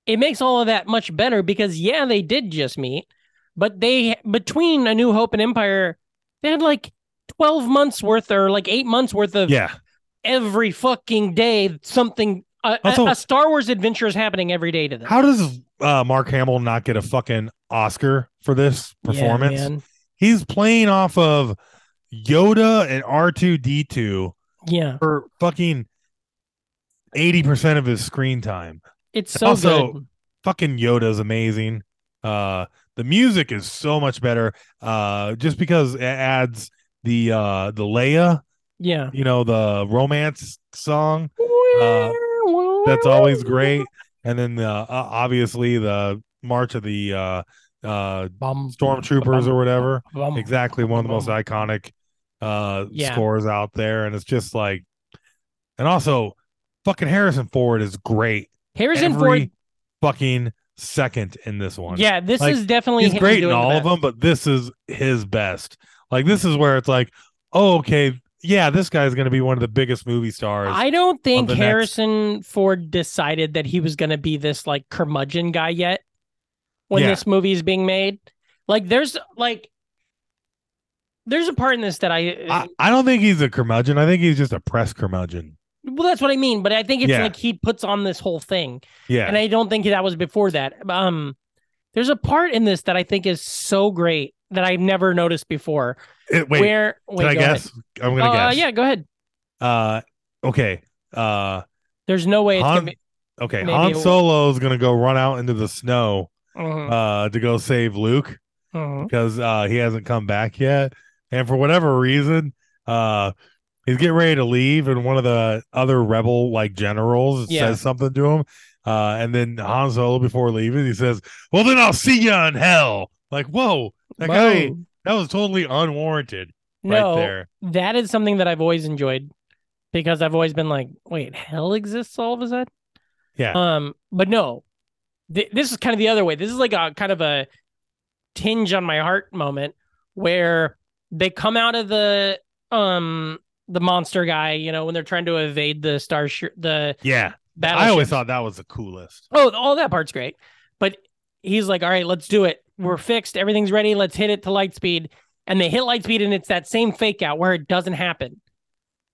C: it makes all of that much better because yeah, they did just meet, but they between A New Hope and Empire, they had like twelve months worth or like eight months worth of
B: yeah
C: every fucking day something. A, a-
B: Also-
C: a Star Wars adventure is happening every day to them.
B: how does uh mark hamill not get a fucking oscar for this
C: Yeah,
B: performance
C: man.
B: he's playing off of Yoda and R2D2
C: Yeah,
B: for fucking 80% of his screen time.
C: it's so
B: Also-
C: good.
B: Fucking Yoda's amazing. Uh the music is so much better uh just because it adds the uh the Leia,
C: Yeah,
B: you know, the romance song Uh, that's always great and then the uh, obviously the march of the uh uh
C: Bum,
B: stormtroopers or whatever
C: bum.
B: exactly one of the most
C: Boom.
B: iconic uh
C: Oh. Yeah.
B: scores out there and it's just like and also fucking harrison ford is great
C: Harrison
B: every
C: Ford.
B: fucking second in this one
C: Yeah, this
B: Like,
C: is definitely
B: he's
C: him
B: great in
C: doing the
B: all of
C: best.
B: them but this is his best like this is where it's like oh okay yeah this guy's gonna be one of the biggest movie stars
C: I don't think
B: the next-
C: Harrison Ford decided that he was going to be this like curmudgeon guy yet when
B: Yeah.
C: this movie is being made. Like, there's like, there's a part in this that I,
B: I, I don't think he's a curmudgeon i think he's just a press curmudgeon
C: well, that's what I mean, but I think it's
B: Yeah.
C: like he puts on this whole thing,
B: yeah
C: and I don't think that was before that. Um, there's a part in this that I think is so great that I've never noticed before.
B: It- wait
C: where,
B: can
C: wait,
B: i
C: go ahead.
B: guess i'm gonna
C: Uh,
B: guess
C: yeah, go ahead.
B: uh okay uh
C: There's no way it's
B: Han-
C: gonna be.
B: Okay,
C: Maybe
B: Han
C: it-
B: Solo is gonna go run out into the snow
C: Mhm,
B: uh, to go save Luke
C: mhm.
B: because uh, he hasn't come back yet, and for whatever reason, uh, he's getting ready to leave, and one of the other rebel like generals
C: Yeah.
B: says something to him, uh, and then Han Solo before leaving, he says, "Well, then I'll see you in hell." Like, whoa, that guy,
C: Whoa.
B: that was totally unwarranted
C: no,
B: right there.
C: that is something that I've always enjoyed because I've always been like, wait, hell exists all of a sudden?
B: Yeah.
C: Um, but no, th- this is kind of the other way. This is like a kind of a tinge on my heart moment where they come out of the um the monster guy, you know, when they're trying to evade the star the
B: Yeah,
C: battle.
B: I always thought that was the coolest.
C: Oh, all that part's great. But he's like, all right, let's do it. We're fixed. Everything's ready. Let's hit it to light speed. And they hit light speed, and it's that same fake out where it doesn't happen.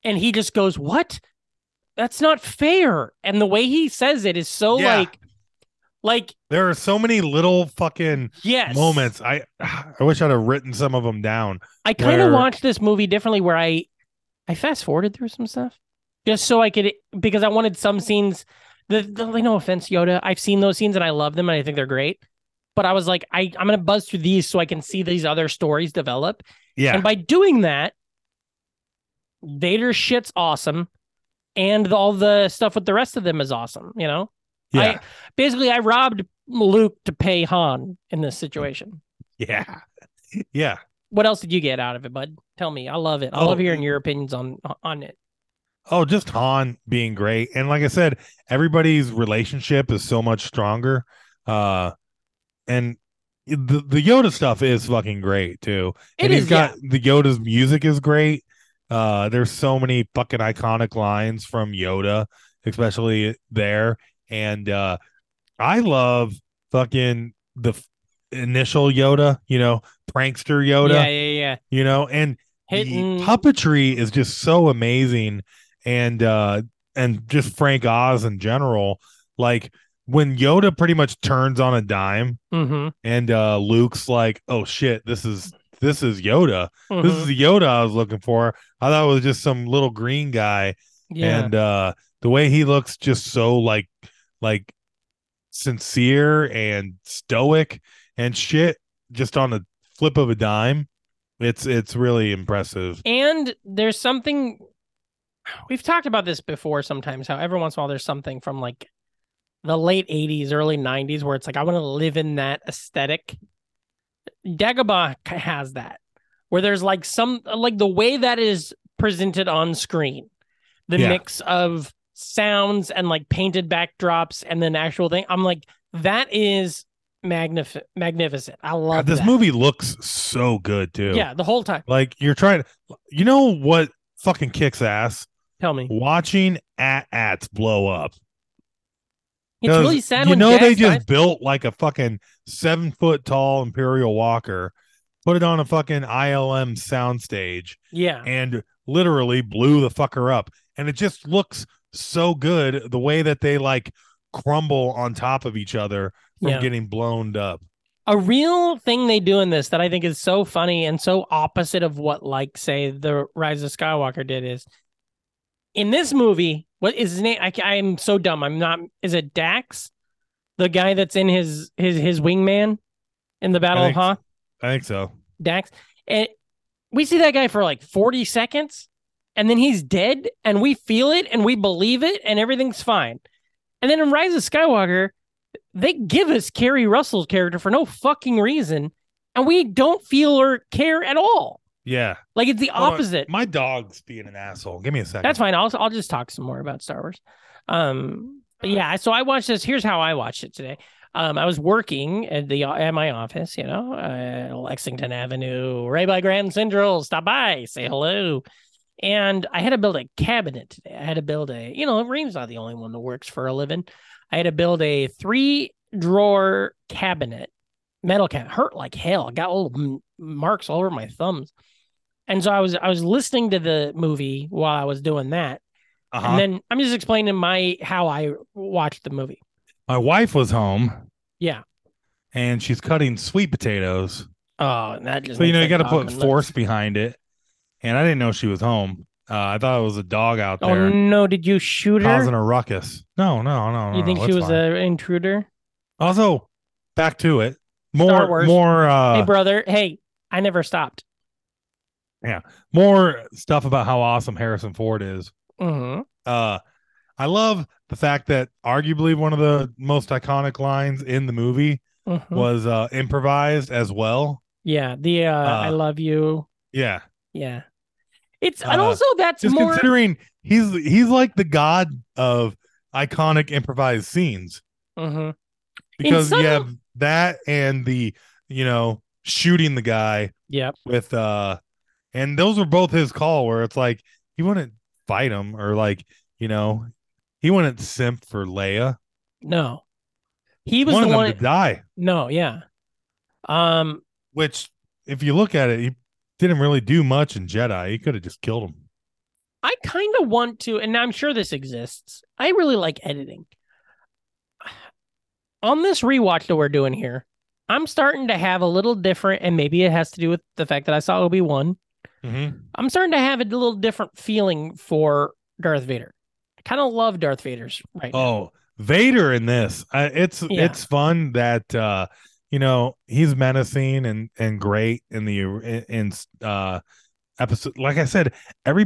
C: And he just goes, What? That's not fair. And the way he says it is so
B: Yeah.
C: like, like,
B: There are so many little fucking
C: yes.
B: moments. I I wish I'd have written some of them down.
C: I kind of
B: where-
C: watched this movie differently where I I fast forwarded through some stuff just so I could because I wanted some scenes the, the like, no offense Yoda I've seen those scenes and I love them and I think they're great but I was like I I'm going to buzz through these so I can see these other stories develop
B: Yeah,
C: and by doing that Vader shit's awesome and all the stuff with the rest of them is awesome you know
B: yeah,
C: I, basically I robbed Luke to pay Han in this situation
B: yeah, yeah.
C: what else did you get out of it, bud? Tell me. I love it. I
B: Oh,
C: love hearing your opinions on on it.
B: Oh, just Han being great, and like I said, everybody's relationship is so much stronger. Uh, and the the Yoda stuff is fucking great too.
C: It
B: and
C: is
B: he's got the Yoda's music is great. Uh, there's so many fucking iconic lines from Yoda, especially there. And uh, I love fucking the f- initial Yoda, you know, prankster
C: yeah,
B: Yoda,
C: yeah, yeah, yeah.
B: you know, and the
C: Hitting
B: puppetry is just so amazing. And uh, and just Frank Oz in general, like when Yoda pretty much turns on a dime,
C: Mhm,
B: and uh Luke's like, "Oh shit, this is this is Yoda. This
C: mhm.
B: is the Yoda I was looking for. I thought it was just some little green guy."
C: yeah.
B: And uh the way he looks just so like like sincere and stoic and shit just on the flip of a dime. It's it's really impressive.
C: And there's something we've talked about this before sometimes, how every once in a while there's something from like the late 80s, early 90s where it's like, I want to live in that aesthetic. Dagobah k- has that, where there's like some, like the way that is presented on screen, the
B: Yeah.
C: mix of sounds and like painted backdrops and then actual thing. I'm like, that is magnific- magnificent. I love
B: God, this
C: that.
B: movie looks so good too.
C: Yeah, the whole time.
B: Like you're trying you know what fucking kicks ass?
C: Tell me.
B: Watching at ats blow up.
C: It's
B: 'Cause
C: really sad
B: You
C: when
B: know
C: Jax
B: they just
C: dies.
B: built like a fucking seven foot tall Imperial Walker, put it on a fucking ILM soundstage,
C: Yeah.
B: and literally blew the fucker up. And it just looks so good the way that they like crumble on top of each other from
C: Yeah.
B: getting blown up.
C: a real thing they do in this that I think is so funny and so opposite of what, like, say, the Rise of Skywalker did is in this movie. What is his name? I, ca- I'm so dumb. I'm not. Is it Dax, the guy that's in his his his wingman in the Battle of
B: think so.
C: Hoth?
B: I think so.
C: Dax, and we see that guy for like 40 seconds, and then he's dead, and we feel it, and we believe it, and everything's fine. And then in Rise of Skywalker, they give us Carrie Russell's character for no fucking reason, and we don't feel or care at all.
B: Yeah.
C: Like it's the
B: Hold on.
C: opposite.
B: My dog's being an asshole. Give me a second.
C: That's fine. I'll I'll just talk some more about Star Wars. Um, but yeah. So I watched this. Here's how I watched it today. Um, I was working at the at my office, you know, uh, Lexington Avenue, right by Grand Central. Stop by, say hello. And I had to build a cabinet today. I had to build a, you know, Reem's not the only one that works for a living. I had to build a three drawer cabinet, metal cabinet. Hurt like hell. Got little m- marks all over my thumbs. And so I was I was listening to the movie while I was doing that,
B: Uh-huh.
C: and then I'm just explaining my how I watched the movie.
B: My wife was home.
C: Yeah.
B: And she's cutting sweet potatoes.
C: Oh, and that just
B: So you know you
C: makes
B: got to
C: that
B: put
C: dog
B: force behind it. And I didn't know she was home. Uh, I thought it was a dog out
C: look- Oh
B: there
C: no! Did you shoot her?
B: causing a ruckus. No, no, no. no,
C: you think
B: Oh, no,
C: she
B: it's
C: was
B: fine.
C: an intruder?
B: Also, back to it.
C: Star
B: More,
C: Wars.
B: more, uh,
C: hey, brother. Hey, I never stopped.
B: more stuff about how awesome Harrison Ford is.
C: hmm
B: Uh, I love the fact that arguably one of the most iconic lines in the movie was uh, improvised as well.
C: Mm-hmm. Yeah. The uh, I
B: Uh,
C: love you.
B: Yeah,
C: Yeah. It's and
B: uh,
C: also that's
B: just
C: more.
B: considering he's he's like the god of iconic improvised scenes
C: Mhm.
B: because
C: some-
B: you have that and the you know shooting the guy
C: Yep.
B: with uh and those were both his call where it's like he wouldn't fight him or like you know he wouldn't simp for Leia.
C: No. He was
B: one
C: the
B: of them
C: one.
B: to die,
C: No. Yeah. Um.
B: which if you look at it, he didn't really do much in Jedi. He could have just killed him.
C: I kind of want to, and I'm sure this exists. I really like editing. On this rewatch that we're doing here, I'm starting to have a little different, and maybe it has to do with the fact that I saw Obi Wan.
B: Mm-hmm.
C: I'm starting to have a little different feeling for Darth Vader. I kind of love Darth Vader's right now.
B: Oh, Vader in this, uh, it's
C: Yeah.
B: it's fun that uh, you know he's menacing and and great in the in uh episode. Like I said, every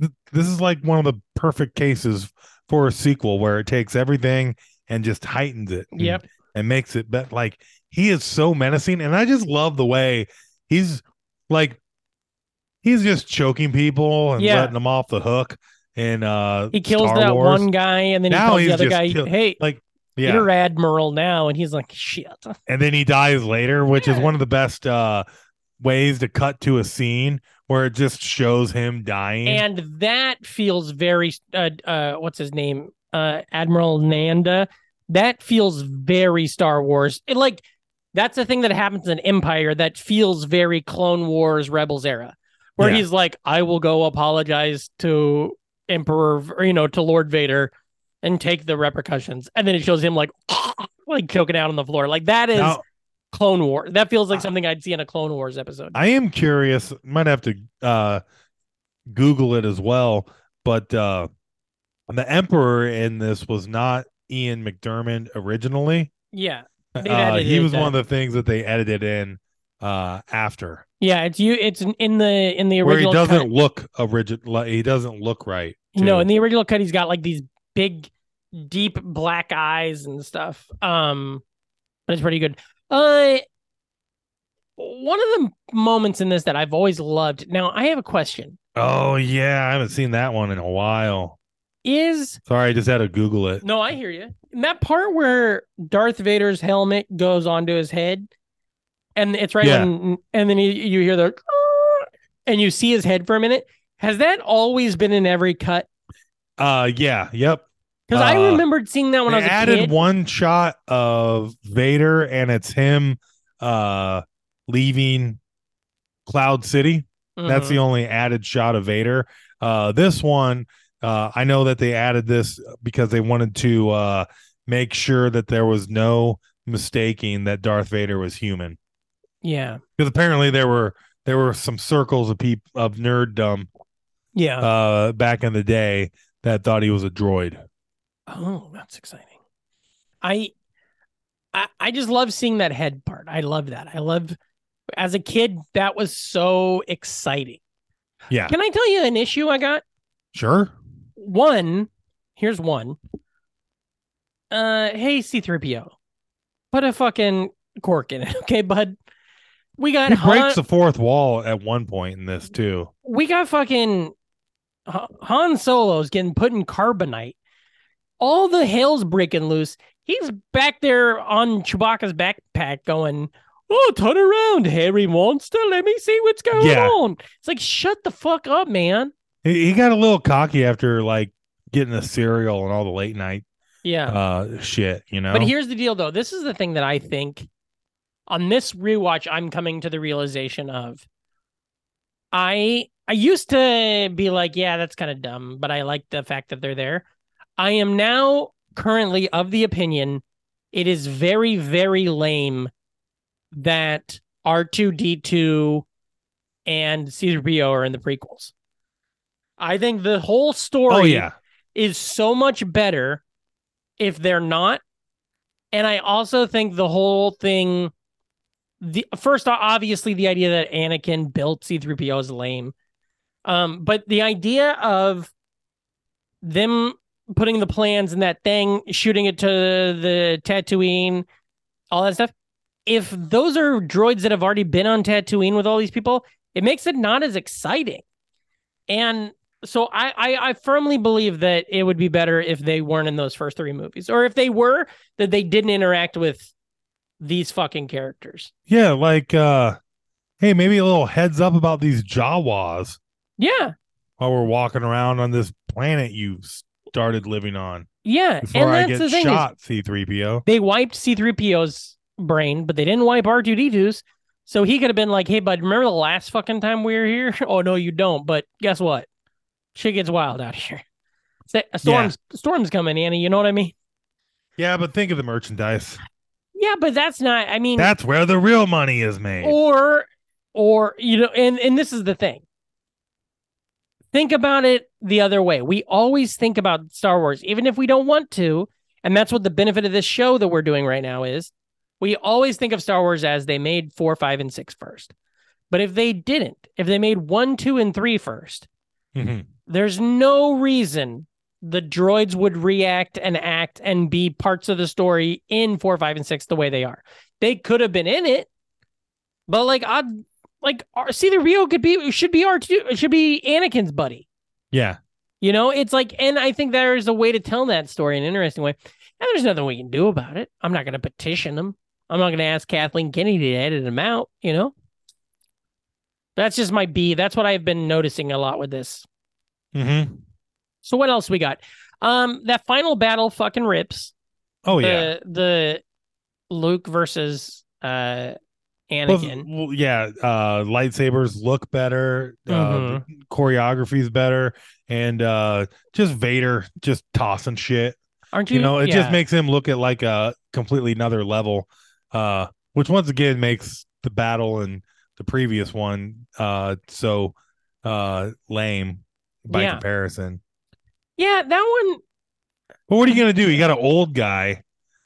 B: th- this is like one of the perfect cases for a sequel where it takes everything and just heightens it. and-
C: Yep.
B: and makes it but like he is so menacing, and I just love the way he's like he's just choking people and
C: Yeah.
B: letting them off the hook. And uh,
C: He kills
B: Star
C: that
B: Wars.
C: one guy, and then he
B: Now
C: tells the
B: he's
C: other
B: just
C: guy,
B: kill-
C: "Hey,
B: like, Yeah.
C: you're admiral now," and he's like, "Shit."
B: and then he dies later, which is
C: Yeah.
B: one of the best uh ways to cut to a scene where it just shows him dying.
C: and that feels very uh, uh what's his name uh admiral nanda that feels very star wars it, like that's the thing that happens in empire that feels very clone wars rebels era where
B: Yeah.
C: he's like i will go apologize to emperor or, you know to lord vader and take the repercussions and then it shows him like like choking out on the floor like that is
B: Now,
C: clone war that feels like
B: I-
C: something i'd see in a clone wars episode
B: I am curious, might have to uh Google it as well, but uh the Emperor in this was not Ian McDermott originally.
C: Yeah. They've
B: Uh, he
C: edited
B: was one of
C: that.
B: the things that they edited in uh, after,
C: Yeah, it's you it's in- in the in the
B: where he
C: original
B: doesn't
C: cut.
B: look original. He doesn't look right.
C: No,
B: too.
C: in the original cut he's got like these big deep black eyes and stuff. Um but it's pretty good. Uh one of the moments in this that I've always loved. Now, I have a question.
B: oh yeah, I haven't seen that one in a while.
C: Is
B: Sorry, I just had to Google it.
C: No, I hear you. And that part where Darth Vader's helmet goes onto his head, and it's right,
B: Yeah.
C: when, and then you, you hear the, and you see his head for a minute. Has that always been in every cut?
B: Uh, yeah, yep.
C: Because I
B: Uh,
C: remembered seeing that when I
B: they
C: was a
B: added
C: kid.
B: one shot of Vader, and it's him uh leaving Cloud City.
C: Mm-hmm.
B: That's the only added shot of Vader. Uh, this one, uh, I know that they added this because they wanted to uh, make sure that there was no mistaking that Darth Vader was human.
C: yeah,
B: Because apparently there were there were some circles of peop of nerddom
C: yeah.
B: uh, back in the day that thought he was a droid.
C: oh, that's exciting. I, I, I just love seeing that head part. I love that. I love, as a kid, that was so exciting.
B: Yeah.
C: Can I tell you an issue I got?
B: Sure.
C: one here's one uh hey c3po put a fucking cork in it okay bud we got
B: He breaks
C: Han-
B: the fourth wall at one point in this too.
C: we got fucking Ha- han solo's getting put in carbonite all the hell's breaking loose he's back there on chewbacca's backpack going oh turn around hairy monster let me see what's going
B: Yeah.
C: on it's like shut the fuck up man
B: He, he got a little cocky after like getting the cereal and all the late night
C: yeah
B: uh shit, you know.
C: But here's the deal, though. This is the thing that I think on this rewatch, I'm coming to the realization of. I I used to be like, yeah, that's kind of dumb, but I like the fact that they're there. I am now currently of the opinion it is very very lame that R2D2 and C3PO are in the prequels. I think the whole story
B: oh yeah.
C: is so much better if they're not. And I also think the whole thing the first o- obviously the idea that Anakin built C3PO is lame. Um but the idea of them putting the plans in that thing, shooting it to the Tatooine, all that stuff. If those are droids that have already been on Tatooine with all these people, it makes it not as exciting. And so I, I I firmly believe that it would be better if they weren't in those first three movies, or if they were, that they didn't interact with these fucking characters.
B: Yeah, like uh hey, maybe a little heads up about these Jawas
C: Yeah,
B: while we're walking around on this planet you started living on
C: yeah.
B: before
C: and
B: I
C: that's
B: get
C: the thing is
B: shot, C3PO.
C: they wiped C3PO's brain, but they didn't wipe R2D2's. So he could have been like, "Hey, bud, remember the last fucking time we were here? oh no, you don't. But guess what? Shit gets wild out here. Say- A storm's storm's coming, Annie. You know what I mean?
B: Yeah, but think of the merchandise.
C: Yeah, but that's not. I mean, Oh.
B: That's where the real money is made.
C: or or you know and and this is the thing think about it the other way we always think about star wars even if we don't want to and that's what the benefit of this show that we're doing right now is we always think of star wars as they made four five and six first but if they didn't if they made one two and three first
B: Mhm.
C: there's no reason the droids would react and act and be parts of the story in four, five, and six the way they are. They could have been in it, but like odd, like R- see the Rio could be should be R two should be Anakin's buddy.
B: Yeah.
C: You know, it's like, and I think there is a way to tell that story in an interesting way. And there's nothing we can do about it. I'm not going to petition them. I'm not going to ask Kathleen Kennedy to edit them out. You know, that's just my B. That's what I've been noticing a lot with this.
B: Mhm.
C: So what else we got? Um, that final battle fucking rips.
B: Oh yeah.
C: The the Luke versus uh
B: Well,
C: Anakin.
B: well, yeah, uh, lightsabers look better, uh,
C: Mhm.
B: the choreography's better, and uh, just Vader just tossing shit.
C: Aren't you?
B: You know, it
C: yeah.
B: just makes him look at like a completely another level, uh, which once again makes the battle and the previous one uh, so uh, lame by
C: Yeah.
B: comparison.
C: yeah that one.
B: But what are you gonna do? You got an old guy.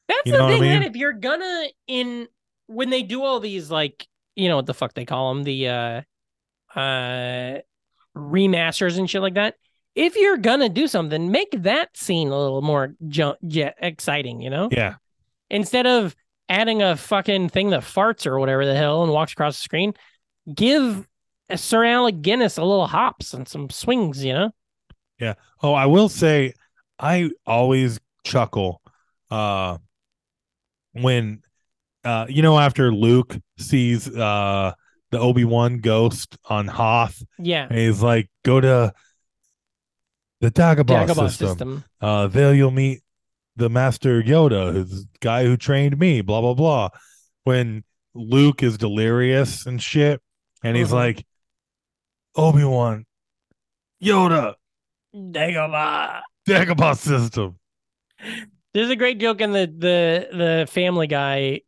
C: That's
B: You
C: the
B: know what I
C: thing, man.
B: mean?
C: If you're gonna in when they do all these like you know what the fuck they call them the uh uh remasters and shit like that. If you're gonna do something, make that scene a little more jump, jet, exciting, you know?
B: Yeah.
C: Instead of adding a fucking thing that farts or whatever the hell and walks across the screen, give Sir Alec Guinness a little hops and some swings, you know?
B: Oh, I will say, I always chuckle uh when uh you know after Luke sees uh the Obi Wan ghost on Hoth,
C: Yeah.
B: and he's like, "Go to the Dagobah,
C: Dagobah
B: system. Uh, there you'll meet the Master Yoda, who's the guy who trained me. Blah blah blah." When Luke is delirious and shit, and he's
C: Mhm.
B: like, "Obi Wan, Yoda."
C: Dagobah.
B: Dagobah system.
C: There's a great joke in the the the Family Guy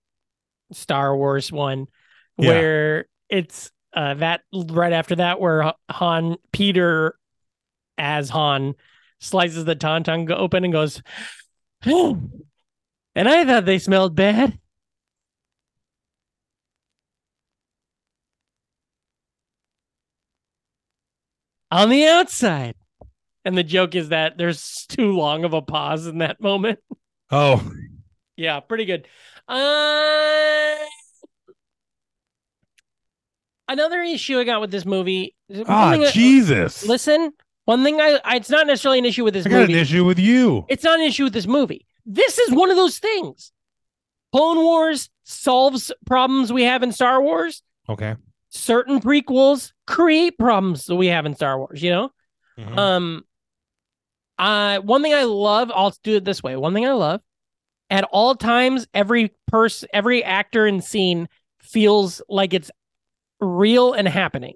C: Star Wars one
B: Yeah.
C: where it's uh that right after that where Han Peter as Han slices the tauntaun go- open and goes and I thought they smelled bad. On the outside. And the joke is that there's too long of a pause in that moment.
B: Oh,
C: Yeah, pretty good. Uh, another issue I got with this movie.
B: ah,
C: one thing I- uh,
B: Jesus.
C: Listen, one thing I, I it's not necessarily an issue with this
B: I got
C: movie.
B: an issue with you.
C: It's not an issue with this movie. This is one of those things. Clone Wars solves problems we have in Star Wars. Uh,
B: Okay.
C: Certain prequels create problems that we have in Star Wars. You know.
B: Mm-hmm.
C: Um, uh, one thing I love, I'll do it this way. One thing I love, at all times, every person, every actor in scene feels like it's real and happening.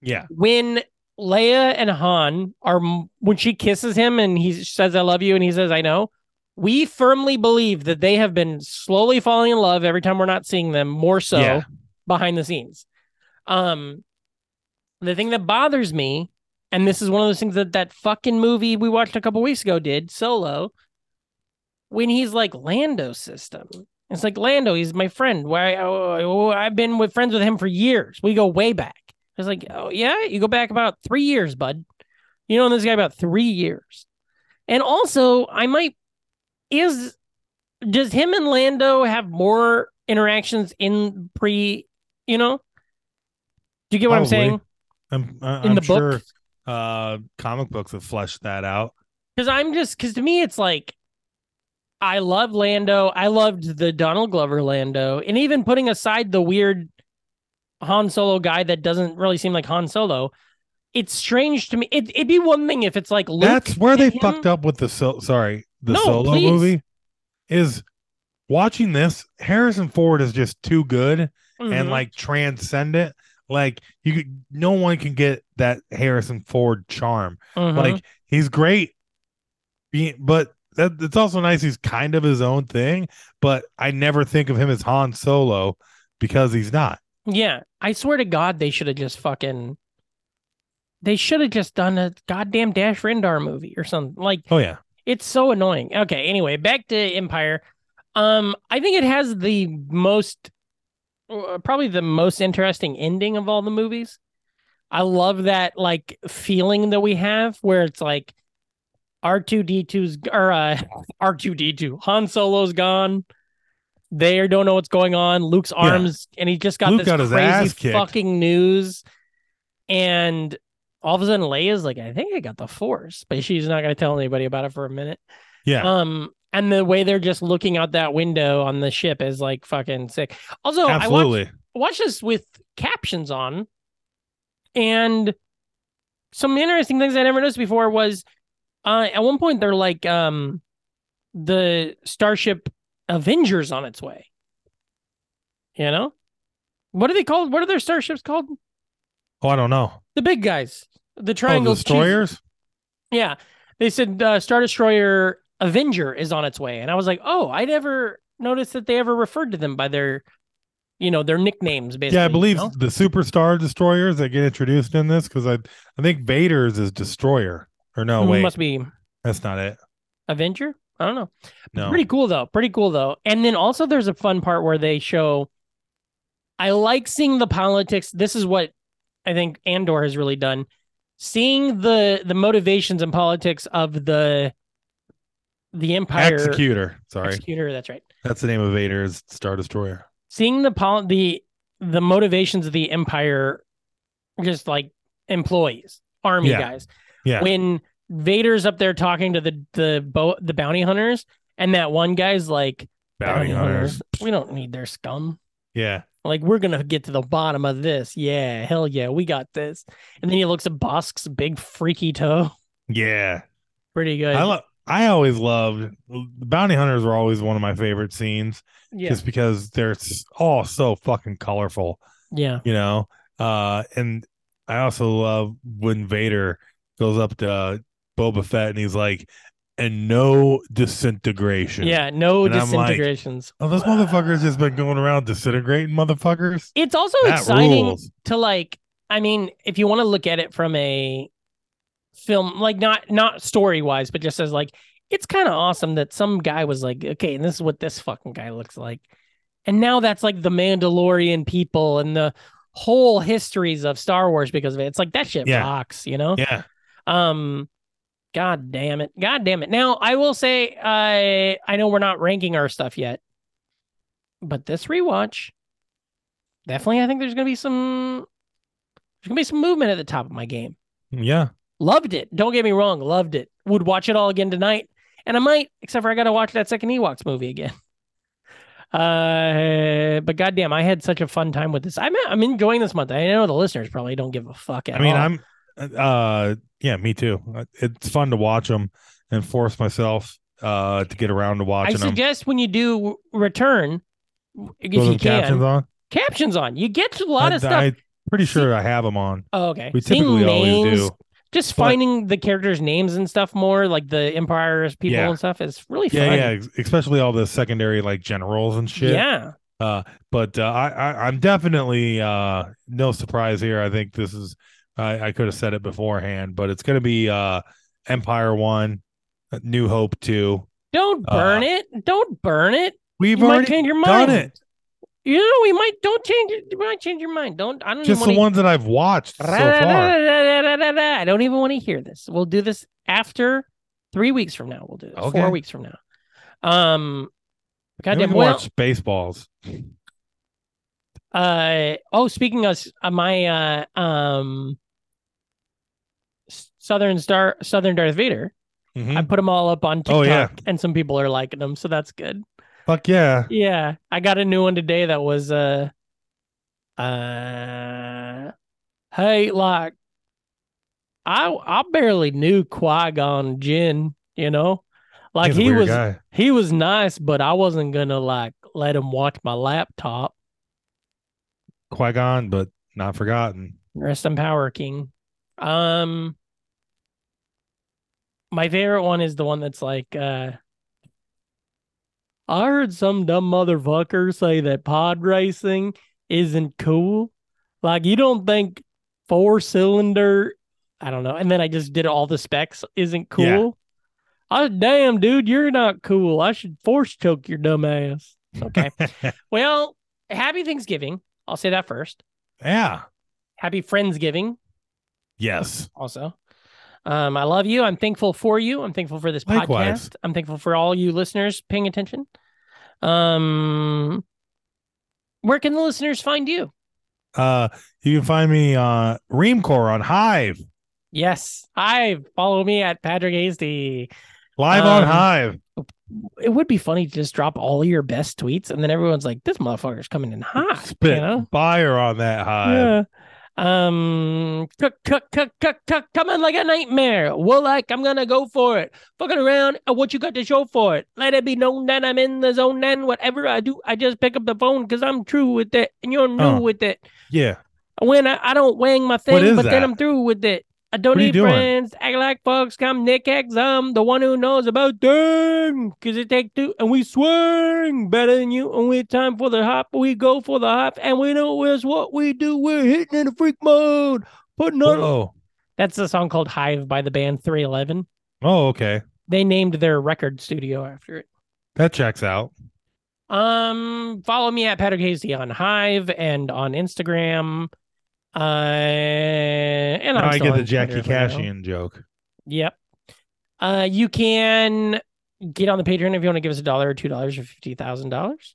B: yeah.
C: When Leia and Han are, when she kisses him and he says, "I love you," and he says, "I know," we firmly believe that they have been slowly falling in love. Every time we're not seeing them, more so
B: Yeah.
C: behind the scenes. Um, the thing that bothers me, and this is one of those things that that fucking movie we watched a couple weeks ago did, Solo, when he's like Lando system. It's like Lando, he's my friend. Why oh, I've been with friends with him for years. We go way back. It's like, oh yeah, you go back about three years, bud. You know this guy about three years, and also I might is does him and Lando have more interactions in pre? You know, do you get what I'm
B: Probably.
C: saying?
B: I'm, I,
C: In
B: am
C: the
B: sure
C: book,
B: uh, comic books have fleshed that out.
C: because I'm just because to me it's like I love Lando. I loved the Donald Glover Lando, and even putting aside the weird Han Solo guy that doesn't really seem like Han Solo. It's strange to me. It, it'd be one thing if it's like Luke
B: That's where they
C: and him-
B: fucked up with the so- sorry the
C: No,
B: solo
C: please.
B: movie. Is watching this Harrison Ford is just too good
C: Mhm.
B: and like transcendent. Like you, could, no one can get that Harrison Ford charm.
C: Mhm.
B: Like he's great, being, but that, it's also nice. He's kind of his own thing, but I never think of him as Han Solo because he's not.
C: Yeah, I swear to God, they should have just fucking. They should have just done a goddamn Dash Rendar movie or something. Like
B: Oh yeah,
C: it's so annoying. Okay, anyway, back to Empire. Um, I think it has the most, uh, probably the most interesting ending of all the movies. I love that like feeling that we have where it's like R two D 2s or uh, R two D two Han Solo's gone. They don't know what's going on. Luke's
B: Yeah.
C: arms, and he just got
B: Luke
C: this
B: got his ass
C: crazy
B: kicked.
C: fucking news, and all of a sudden Leia's like, I think I got the Force, but she's not going to tell anybody about it for a minute.
B: yeah.
C: Um, and the way they're just looking out that window on the ship is like fucking sick. Also, I watched,
B: Absolutely.
C: watched this with captions on, and some interesting things I never noticed before was, uh, at one point they're like, um, the starship Avengers on its way. You know, what are they called? What are their starships called?
B: oh, I don't know.
C: The big guys, the
B: Oh,
C: triangle
B: the
C: chief-
B: destroyers.
C: yeah. They said uh, Star Destroyer Avenger is on its way. And I was like, oh, I never noticed that they ever referred to them by their, you know, their nicknames, basically.
B: Yeah, I
C: you
B: believe
C: know?
B: the superstar destroyers that get introduced in this because I I think Vader's is destroyer or no
C: Mm,
B: Oh, wait
C: Must be
B: that's not it.
C: Avenger? I don't know.
B: No.
C: Pretty cool though. Pretty cool though. And then also there's a fun part where they show I like seeing the politics. This is what I think Andor has really done. Seeing the the motivations and politics of the the Empire
B: Executor. Sorry.
C: executor, that's right.
B: That's the name of Vader's Star Destroyer.
C: Seeing the pol- the the motivations of the Empire just like employees, army
B: Yeah.
C: guys.
B: Yeah.
C: when Vader's up there talking to the the bo- the bounty hunters, and that one guy's like,
B: Bounty hunters.
C: we don't need their scum.
B: Yeah.
C: Like we're gonna get to the bottom of this. Yeah, hell yeah, we got this." And then he looks at Bosk's big freaky toe.
B: Yeah.
C: Pretty good.
B: I love I always loved bounty hunters were always one of my favorite scenes
C: yeah,
B: just because they're s- all so fucking colorful.
C: yeah,
B: you know uh and i also love when vader goes up to uh, boba fett and he's like and no disintegration
C: yeah. No
B: And I'm like-
C: disintegrations.
B: oh this motherfucker's just been going around disintegrating motherfuckers
C: it's also
B: that
C: exciting
B: rules
C: to like. I mean, if you want to look at it from a film, like not not story wise, but just as like, it's kind of awesome that some guy was like, okay, and this is what this fucking guy looks like, and now that's like the Mandalorian people and the whole histories of Star Wars because of it. It's like that shit
B: Yeah.
C: rocks, you know.
B: yeah
C: Um, god damn it, god damn it. Now I will say, I I know we're not ranking our stuff yet, but this rewatch, definitely, I think there's gonna be some, there's gonna be some movement at the top of my game.
B: yeah
C: Loved it. Don't get me wrong, loved it. Would watch it all again tonight, and I might, except for I gotta watch that second Ewoks movie again. Uh, but goddamn, I had such a fun time with this. I'm I'm enjoying this month. I know the listeners probably don't give a fuck at
B: i mean
C: all.
B: i'm uh yeah me too it's fun to watch them and force myself uh to get around to
C: I
B: watching them
C: suggest when you do return, if you can,
B: captions
C: captions on.
B: on
C: You get a lot
B: I,
C: of stuff.
B: am pretty sure i have them on
C: oh, okay.
B: we
C: Seeing
B: typically always
C: names,
B: do
C: Just
B: but-
C: finding the characters' names and stuff more, like the Empire's people
B: Yeah.
C: and stuff, is really
B: yeah
C: fun.
B: yeah ex- especially all the secondary like generals and shit
C: Yeah.
B: uh but uh, I, I i'm definitely uh no surprise here i think this is i i could have said it beforehand but it's gonna be uh empire one uh, new hope two
C: Don't burn it. Don't burn it.
B: Uh, we've
C: You might
B: already
C: change your
B: done
C: mind.
B: it
C: You know, we might don't change it. We might change your mind. Don't. I don't.
B: just the
C: even wanna-
B: ones that i've watched so far
C: I don't even want to hear this. We'll do this after three weeks from now. We'll do it.
B: Okay.
C: Four weeks from now. Um,
B: Then we
C: goddamn.
B: can
C: Well,
B: watch baseballs
C: uh oh speaking of s- uh, my uh um s- southern star southern darth vader
B: Mm-hmm.
C: i put them all up on tiktok
B: Hmm. Oh, yeah.
C: and some people are liking them so that's good
B: fuck yeah
C: yeah i got a new one today that was uh uh hey like i i barely knew qui-gon jinn you know like
B: He's a
C: he
B: weird
C: was
B: guy.
C: he was nice but i wasn't gonna like let him watch my laptop
B: qui-gon but not forgotten
C: Rest in power, King. Um, my favorite one is the one that's like, uh, I heard some dumb motherfucker say that pod racing isn't cool. Like, you don't think four cylinder, I don't know. And then I just did all the specs isn't cool.
B: Yeah.
C: I damn dude, you're not cool. I should force choke your dumb ass. Okay. well, happy Thanksgiving. I'll say that first.
B: yeah
C: Happy Friendsgiving
B: yes
C: also. Um, I love you. I'm thankful for you. I'm thankful for this
B: Likewise.
C: podcast. I'm thankful for all you listeners paying attention. Um, where can the listeners find you?
B: uh you can find me uh reamcore on hive
C: Yes, I follow me at Patrick Hasty.
B: live on
C: Um,
B: hive
C: It would be funny to just drop all your best tweets, and then everyone's like, "This motherfucker's coming in hot."
B: spit
C: You know?
B: fire on that hive
C: Yeah. Um, cook, cook, cook, cook, cook, coming like a nightmare. Well, like I'm gonna go for it. Fucking around, uh, what you got to show for it? Let it be known that I'm in the zone, and whatever I do, I just pick up the phone because I'm true with it, and you're new
B: Oh.
C: with it.
B: yeah.
C: When I, I don't wang my thing,
B: is
C: but then
B: that?
C: I'm through with it. I don't
B: What are you
C: need
B: doing?
C: friends. Act like folks. Come Nick X. I'm the one who knows about them. Cause it take two and we swing better than you. And we time for the hop. We go for the hop. And we know it's what we do. We're hitting in a freak mode. Putting on
B: Oh,
C: That's a song called Hive by the band 311.
B: oh, okay.
C: they named their record studio after it.
B: That checks out.
C: Um, follow me at Patrick Hasty on Hive and on Instagram. Uh, and
B: Now
C: I'm
B: I
C: still
B: get the
C: on
B: Jackie
C: Twitter for now.
B: Cashian joke.
C: Yep. Uh, you can get on the Patreon if you want to give us a dollar or two dollars or fifty thousand dollars.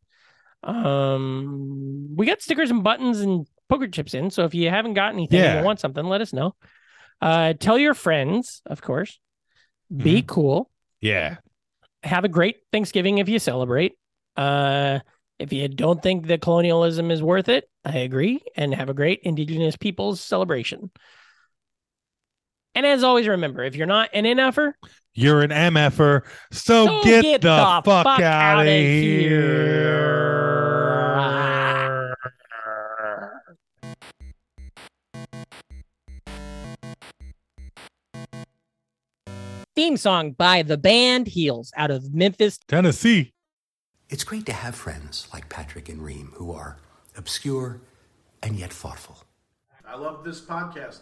C: Um, we got stickers and buttons and poker chips in. So if you haven't got anything and
B: Yeah.
C: you want something, let us know. Uh, tell your friends, of course. Be
B: Mm-hmm.
C: cool.
B: Yeah.
C: Have a great Thanksgiving if you celebrate. Uh, if you don't think that colonialism is worth it, I agree. And have a great Indigenous Peoples celebration. And as always, remember if you're not an NFer,
B: You're an MFer, so,
C: So
B: Oh, get,
C: get
B: the,
C: the
B: fuck,
C: fuck
B: out of
C: outta
B: here.
C: theme song by the band Heels out of Memphis,
B: Tennessee.
D: It's great to have friends like Patrick and Reem who are obscure and yet thoughtful.
E: I love this podcast.